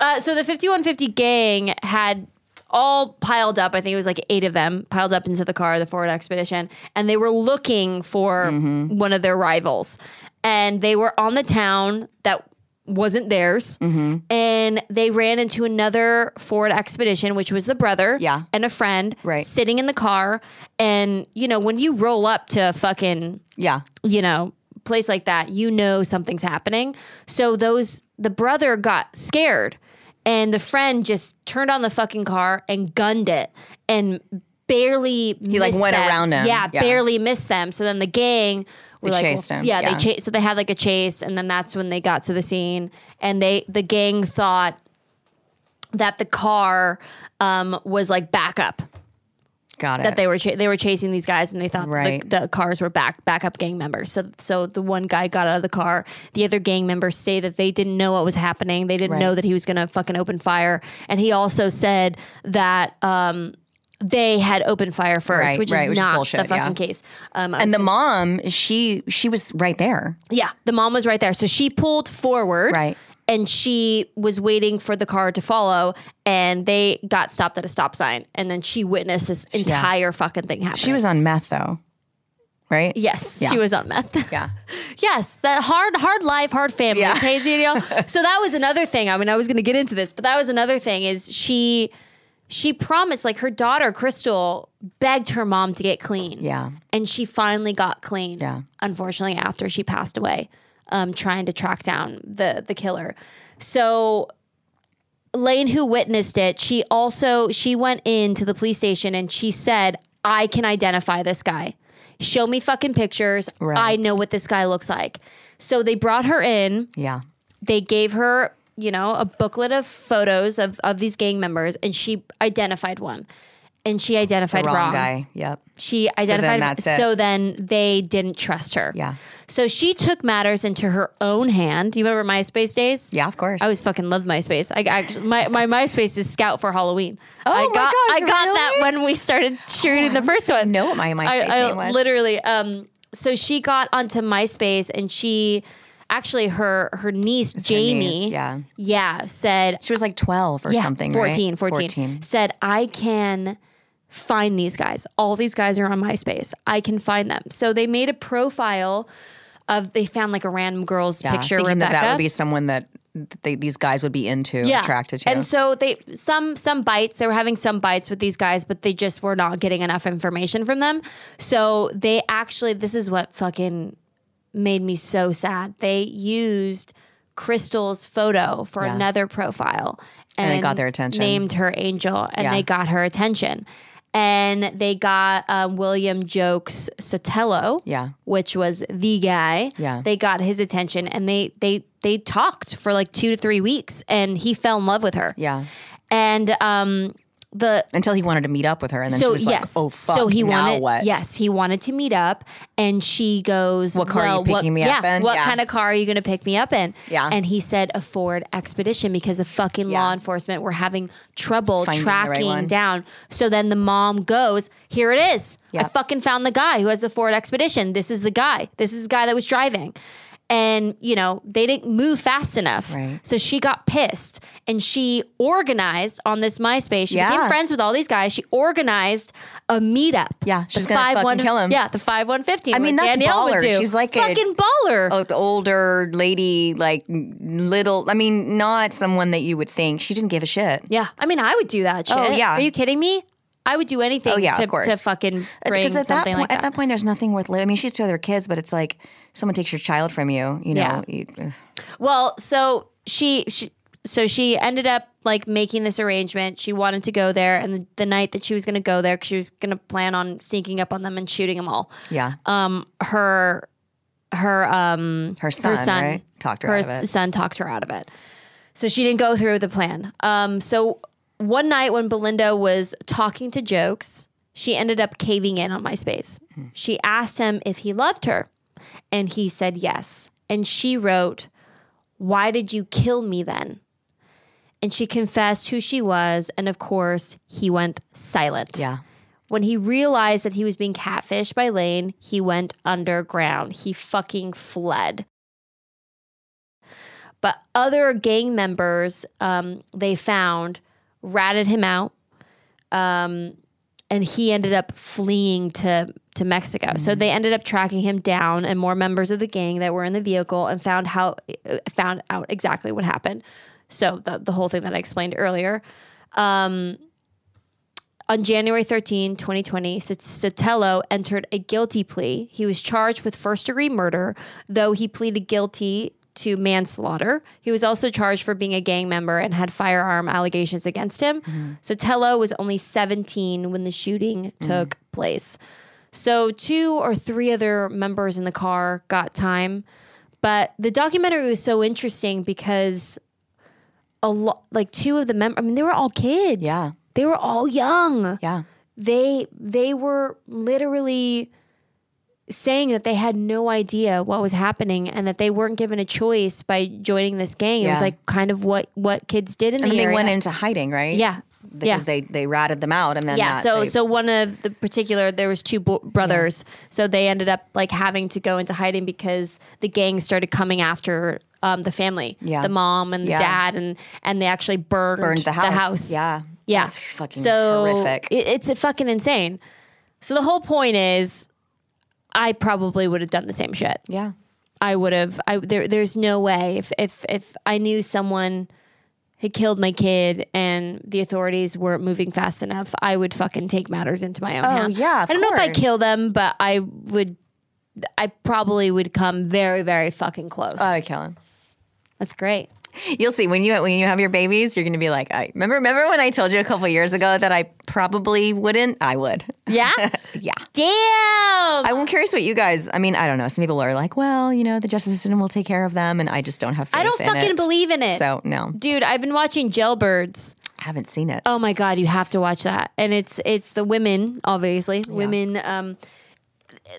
Speaker 3: Uh, so the 5150 gang had all piled up. I think it was like eight of them piled up into the car, the Forward Expedition, and they were looking for
Speaker 4: Mm-hmm.
Speaker 3: one of their rivals. And they were on the town that wasn't theirs.
Speaker 4: Mm-hmm.
Speaker 3: And they ran into another Forward Expedition, which was the brother
Speaker 4: Yeah.
Speaker 3: and a friend
Speaker 4: Right.
Speaker 3: sitting in the car. And, you know, when you roll up to fucking
Speaker 4: Yeah.
Speaker 3: you know, place like that, you know something's happening. So those the brother got scared and the friend just turned on the fucking car and gunned it and barely
Speaker 4: He, like, went around him.
Speaker 3: Yeah,
Speaker 4: Yeah.
Speaker 3: barely missed them. So then the gang were
Speaker 4: They
Speaker 3: like,
Speaker 4: chased him.
Speaker 3: Yeah,
Speaker 4: Yeah.
Speaker 3: they chased so they had like a chase and then that's when they got to the scene and they the gang thought that the car um, was like backup
Speaker 4: Got it.
Speaker 3: that they were cha- they were chasing these guys and they thought
Speaker 4: Right.
Speaker 3: the, the cars were back backup gang members. So so the one guy got out of the car. The other gang members say that they didn't know what was happening. They didn't know that he was going to fucking open fire. And he also said that um, they had opened fire first,
Speaker 4: Right,
Speaker 3: which
Speaker 4: right,
Speaker 3: is
Speaker 4: which is
Speaker 3: not the
Speaker 4: bullshit, yeah.
Speaker 3: fucking case. Um, I
Speaker 4: and
Speaker 3: was-
Speaker 4: the mom, she she was right there.
Speaker 3: yeah, the mom was right there. So she pulled forward.
Speaker 4: Right.
Speaker 3: And she was waiting for the car to follow, and they got stopped at a stop sign. And then she witnessed this entire fucking thing happen.
Speaker 4: She was on meth though. Right?
Speaker 3: Yes,
Speaker 4: Yeah.
Speaker 3: she was on meth.
Speaker 4: Yeah.
Speaker 3: yes, that hard, hard life, hard family.
Speaker 4: Yeah.
Speaker 3: Okay, Danielle? so that was another thing. I mean, I was going to get into this, but that was another thing is she she promised like her daughter Crystal begged her mom to get clean.
Speaker 4: Yeah.
Speaker 3: and she finally got clean.
Speaker 4: Yeah.
Speaker 3: unfortunately, after she passed away, um, trying to track down the the killer. So Lane, who witnessed it, she also she went into the police station and she said, "I can identify this guy. Show me fucking pictures. I
Speaker 4: Right.
Speaker 3: know what this guy looks like." So they brought her in.
Speaker 4: Yeah.
Speaker 3: They gave her, you know, a booklet of photos of of these gang members, and she identified one. And she identified
Speaker 4: Wrong
Speaker 3: wrong.
Speaker 4: guy. Yep.
Speaker 3: She identified.
Speaker 4: that's it.
Speaker 3: so then they didn't trust her.
Speaker 4: Yeah.
Speaker 3: So she took matters into her own hand. Do you remember MySpace days?
Speaker 4: Yeah, of course.
Speaker 3: I always fucking loved MySpace. I actually, my my MySpace is Scout for Halloween. Oh I got,
Speaker 4: my gosh,
Speaker 3: I got that
Speaker 4: really? Oh,
Speaker 3: when we started shooting the first one.
Speaker 4: know what my MySpace name was.
Speaker 3: Literally, um, so she got onto MySpace and she actually her her niece Jamie,
Speaker 4: niece, yeah.
Speaker 3: yeah, said
Speaker 4: she was like 12 or
Speaker 3: yeah,
Speaker 4: something. right?
Speaker 3: 14, 14, Said, I can find these guys. All these guys are on MySpace. I can find them. So they made a profile of, they found like a random girl's
Speaker 4: Yeah,
Speaker 3: picture,
Speaker 4: thinking
Speaker 3: Rebecca.
Speaker 4: that that would be someone that they, these guys would be into, attracted to.
Speaker 3: And so they some some bites they were having some bites with these guys, but they just were not getting enough information from them. So they actually this is what fucking made me so sad. They used Crystal's photo for another profile, and,
Speaker 4: they got their attention.
Speaker 3: Named her Angel, and
Speaker 4: Yeah.
Speaker 3: they got her attention. And they got um, William Jokes Sotelo,
Speaker 4: Yeah.
Speaker 3: which was the guy.
Speaker 4: Yeah.
Speaker 3: They got his attention and they they they talked for like two to three weeks and he fell in love with her.
Speaker 4: yeah.
Speaker 3: And um the
Speaker 4: Until he wanted to meet up with her. And then she
Speaker 3: so
Speaker 4: was
Speaker 3: yes.
Speaker 4: like, oh, fuck.
Speaker 3: so he
Speaker 4: now
Speaker 3: wanted
Speaker 4: what?
Speaker 3: yes, he wanted to meet up and she goes,
Speaker 4: What car are you
Speaker 3: well, what-
Speaker 4: picking me
Speaker 3: yeah,
Speaker 4: up in?"
Speaker 3: What
Speaker 4: Yeah.
Speaker 3: kind of car are you gonna pick me up in?
Speaker 4: Yeah.
Speaker 3: And he said a Ford expedition because the fucking
Speaker 4: Yeah.
Speaker 3: law enforcement were having trouble
Speaker 4: Finding the right
Speaker 3: tracking
Speaker 4: one.
Speaker 3: down. So then the mom goes, Here it is. I
Speaker 4: Yeah.
Speaker 3: fucking found the guy who has the Ford Expedition. This is the guy. This is the guy that was driving. And, you know, they didn't move fast enough.
Speaker 4: Right.
Speaker 3: So she got pissed and she organized on this MySpace. She became
Speaker 4: Yeah.
Speaker 3: friends with all these guys. She organized a meetup.
Speaker 4: Yeah,
Speaker 3: The
Speaker 4: she's gonna fucking
Speaker 3: one-
Speaker 4: kill him.
Speaker 3: Yeah, the 5115.
Speaker 4: I mean,
Speaker 3: what
Speaker 4: that's
Speaker 3: Danielle would
Speaker 4: baller.
Speaker 3: do.
Speaker 4: She's like a-
Speaker 3: fucking baller.
Speaker 4: An Oh, older lady, like little, I mean, not someone that you would think. She didn't give a shit. Uh,
Speaker 3: Yeah. I mean, I would do that shit.
Speaker 4: Oh, yeah.
Speaker 3: Are you kidding me? I would do anything
Speaker 4: Oh, yeah, of
Speaker 3: to,
Speaker 4: course.
Speaker 3: to fucking bring
Speaker 4: Because at that
Speaker 3: something
Speaker 4: point,
Speaker 3: like
Speaker 4: at
Speaker 3: that.
Speaker 4: that point, there's nothing worth living. I mean, she's two other kids, but it's like someone takes your child from you. You know, You- uh, ugh.
Speaker 3: Well, so she, she so she ended up like making this arrangement. She wanted to go there, and the, the night that she was going to go there, 'cause she was going to plan on sneaking up on them and shooting them all.
Speaker 4: yeah.
Speaker 3: Um, her, her, um,
Speaker 4: her son,
Speaker 3: her son
Speaker 4: right? talked her,
Speaker 3: her
Speaker 4: out of it.
Speaker 3: s- son talked her out of it. So she didn't go through with the plan. Um, so one night when Belinda was talking to jokes, she ended up caving in on MySpace. She asked him if he loved her, and he said yes. And she wrote, "Why did you kill me then?" And she confessed who she was, and of course, he went silent.
Speaker 4: Yeah.
Speaker 3: When he realized that he was being catfished by Lane, he went underground. He fucking fled. But other gang members um, they found ratted him out, um, and he ended up fleeing to to Mexico. So they ended up tracking him down, and more members of the gang that were in the vehicle and found how uh, found out exactly what happened. So the the whole thing that I explained earlier. Um, on January 13, 2020, Sot- Sotelo entered a guilty plea. He was charged with first degree murder, though he pleaded guilty to manslaughter. He was also charged for being a gang member and had firearm allegations against him. Sotelo was only 17 when the shooting took place. So, two or three other members in the car got time. But the documentary was so interesting because a lot, like two of the members, I mean, they were all kids.
Speaker 4: Yeah.
Speaker 3: They were all young.
Speaker 4: Yeah.
Speaker 3: They they were literally saying that they had no idea what was happening and that they weren't given a choice by joining this gang. It was
Speaker 4: Yeah.
Speaker 3: like kind of what what kids did in
Speaker 4: And
Speaker 3: the
Speaker 4: then they
Speaker 3: area.
Speaker 4: went into hiding, right?
Speaker 3: yeah.
Speaker 4: Because
Speaker 3: yeah.
Speaker 4: they they ratted them out, and then
Speaker 3: yeah,
Speaker 4: that-
Speaker 3: so
Speaker 4: they-
Speaker 3: so one of the particular there was two bo- brothers, so they ended up like having to go into hiding because the gang started coming after um, the family,
Speaker 4: Yeah.
Speaker 3: the mom and the
Speaker 4: Yeah.
Speaker 3: dad, and and they actually burned,
Speaker 4: burned the house.
Speaker 3: The house.
Speaker 4: Yeah.
Speaker 3: Yeah.
Speaker 4: That's fucking
Speaker 3: so
Speaker 4: horrific.
Speaker 3: It, it's a fucking insane. So the whole point is, I probably would have done the same shit.
Speaker 4: yeah.
Speaker 3: I would have. I there, there's no way if if if I knew someone had killed my kid and the authorities weren't moving fast enough, I would fucking take matters into my own
Speaker 4: Oh,
Speaker 3: hands.
Speaker 4: yeah,
Speaker 3: I
Speaker 4: of
Speaker 3: don't know if I
Speaker 4: course.
Speaker 3: kill them, but I would. I probably would come very very fucking close.
Speaker 4: Oh, kill him.
Speaker 3: That's great.
Speaker 4: You'll see when you when you have your babies, you're gonna be like, I remember remember when I told you a couple years ago that I probably wouldn't. I would.
Speaker 3: Yeah.
Speaker 4: Yeah.
Speaker 3: Damn. I,
Speaker 4: I'm curious what you guys. I mean, I don't know. Some people are like, well, you know, the justice system will take care of them, and I just don't have. Faith
Speaker 3: don't
Speaker 4: in
Speaker 3: fucking
Speaker 4: it.
Speaker 3: believe in it.
Speaker 4: So no,
Speaker 3: Dude, I've been watching Jailbirds.
Speaker 4: I haven't seen it.
Speaker 3: Oh my god, you have to watch that. And it's it's the women, obviously. Women um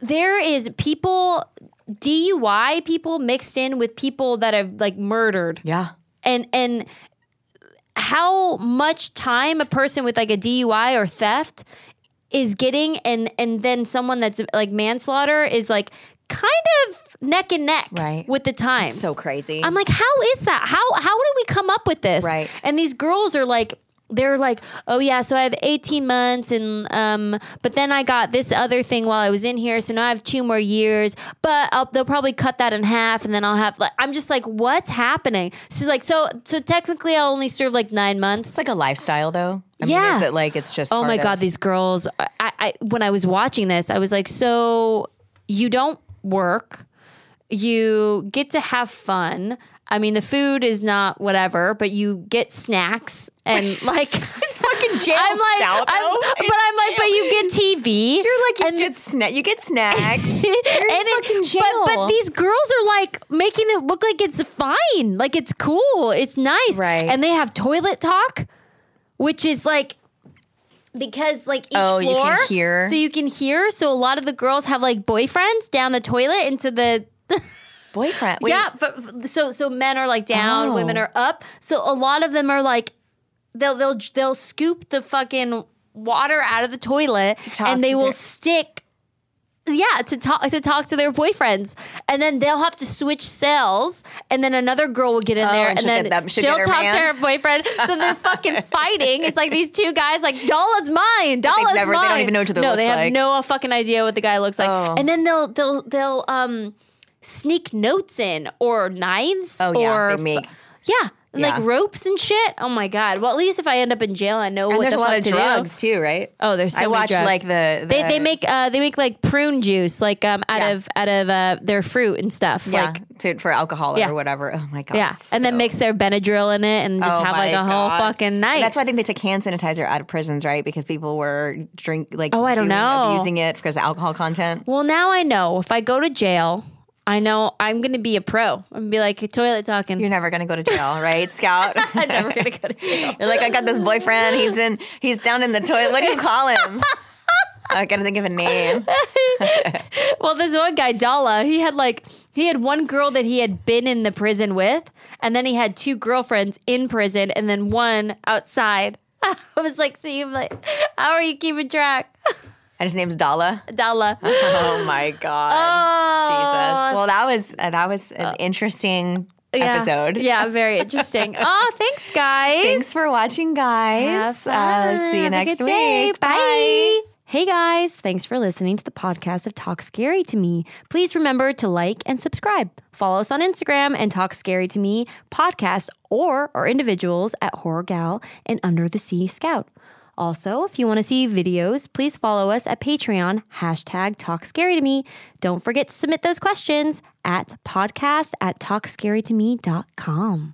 Speaker 3: there is people DUI people mixed in with people that have like murdered.
Speaker 4: Yeah.
Speaker 3: And and how much time a person with like a DUI or theft is getting and and then someone that's like manslaughter is like kind of neck and neck
Speaker 4: Right.
Speaker 3: with the time.
Speaker 4: so crazy.
Speaker 3: I'm like, how is that? How how do we come up with this?
Speaker 4: Right.
Speaker 3: And these girls are like, they're like, oh yeah, so I have 18 months, and um, but then I got this other thing while I was in here, so now I have two more years. But I'll, they'll probably cut that in half, and then I'll have like, I'm just like, what's happening? She's like, so so technically I'll only serve like nine months.
Speaker 4: It's like a lifestyle, though. I
Speaker 3: Yeah.
Speaker 4: Mean, is it like it's just?
Speaker 3: Oh
Speaker 4: part
Speaker 3: my
Speaker 4: of-
Speaker 3: god, these girls! I, I when I was watching this, I was like, so you don't work, you get to have fun. I mean, the food is not whatever, but you get snacks and like.
Speaker 4: It's fucking jail
Speaker 3: I'm like,
Speaker 4: style,
Speaker 3: I'm-
Speaker 4: though.
Speaker 3: but
Speaker 4: It's
Speaker 3: I'm like, but
Speaker 4: jail.
Speaker 3: you get TV.
Speaker 4: You're like you
Speaker 3: and-
Speaker 4: get sna- you get snacks. You're in
Speaker 3: and it-
Speaker 4: fucking jail.
Speaker 3: But, but these girls are like making it look like it's fine, like it's cool, it's nice,
Speaker 4: Right.
Speaker 3: And they have toilet talk, which is like because like each
Speaker 4: Oh, you can
Speaker 3: floor,
Speaker 4: hear.
Speaker 3: so you can hear. So a lot of the girls have like boyfriends down the toilet into the
Speaker 4: boyfriend. Wait,
Speaker 3: yeah. f- f- so so men are like down,
Speaker 4: Oh.
Speaker 3: women are up. So a lot of them are like they'll they'll they'll scoop the fucking water out of the toilet
Speaker 4: talk
Speaker 3: and they
Speaker 4: to
Speaker 3: will
Speaker 4: their-
Speaker 3: stick yeah to talk to talk to their boyfriends and then they'll have to switch cells and then another girl will get in there
Speaker 4: Oh,
Speaker 3: and,
Speaker 4: and she'll get
Speaker 3: then
Speaker 4: them- she'll
Speaker 3: she'll
Speaker 4: get her
Speaker 3: talk to
Speaker 4: man.
Speaker 3: her boyfriend so they're fucking fighting it's like these two guys like Dolla's mine Dolla's
Speaker 4: never- they
Speaker 3: mine
Speaker 4: don't even know what each other
Speaker 3: no
Speaker 4: looks
Speaker 3: they have
Speaker 4: like. Oh.
Speaker 3: no fucking idea what the guy looks like and then they'll they'll they'll um sneak notes in or knives
Speaker 4: Oh, yeah,
Speaker 3: or
Speaker 4: they make-
Speaker 3: Yeah. and, Like
Speaker 4: Yeah.
Speaker 3: ropes and shit. Oh my god. Well, at least if I end up in jail, I know
Speaker 4: And
Speaker 3: what
Speaker 4: there's
Speaker 3: the
Speaker 4: a lot
Speaker 3: fuck
Speaker 4: of
Speaker 3: to do.
Speaker 4: drugs too, right?
Speaker 3: Oh, there's so
Speaker 4: I
Speaker 3: many
Speaker 4: watched
Speaker 3: drugs.
Speaker 4: like the,
Speaker 3: they
Speaker 4: the-
Speaker 3: they make uh they make like prune juice like um out
Speaker 4: Yeah.
Speaker 3: of out of uh their fruit and stuff
Speaker 4: yeah,
Speaker 3: like
Speaker 4: to, for alcohol
Speaker 3: Yeah.
Speaker 4: or whatever. Oh my god.
Speaker 3: yeah and then
Speaker 4: so-
Speaker 3: mix their Benadryl in it and just
Speaker 4: Oh
Speaker 3: have like a
Speaker 4: my
Speaker 3: whole
Speaker 4: God.
Speaker 3: fucking night.
Speaker 4: And that's why I think they took hand sanitizer out of prisons, right? Because people were drink like
Speaker 3: Oh, I don't
Speaker 4: doing-
Speaker 3: know.
Speaker 4: abusing it because of alcohol content.
Speaker 3: Well, now I know if I go to jail, I know I'm gonna be a pro. I'm gonna be like toilet talking.
Speaker 4: You're never gonna go to jail, right, Scout?
Speaker 3: I'm never gonna go to jail.
Speaker 4: You're like, I got this boyfriend. He's in. He's down in the toilet. What do you call him? I gotta think of a name.
Speaker 3: Well, this one guy, Dalla, he had like he had one girl that he had been in the prison with, and then he had two girlfriends in prison, and then one outside. I was like, see, I'm like, how are you keeping track,
Speaker 4: And his name's Dala.
Speaker 3: Dalla?
Speaker 4: Oh my god. Jesus. Well, that was uh, that was an interesting episode.
Speaker 3: Oh. Yeah, very interesting. oh, thanks, guys.
Speaker 4: Thanks for
Speaker 3: Have
Speaker 4: watching, guys. Uh,
Speaker 3: fun.
Speaker 4: see you
Speaker 3: Have a
Speaker 4: next
Speaker 3: good day.
Speaker 4: week.
Speaker 3: Bye. Hey guys, thanks for listening to the podcast of Talk Scary to Me. Please remember to like and subscribe. Follow us on Instagram and Talk Scary to Me podcast or our individuals at Horror Gal and Under the Sea Scout. Also, if you want to see videos, please follow us at Patreon, hashtag Talk Scary to Me. Don't forget to submit those questions at podcast at talkscarytome.com.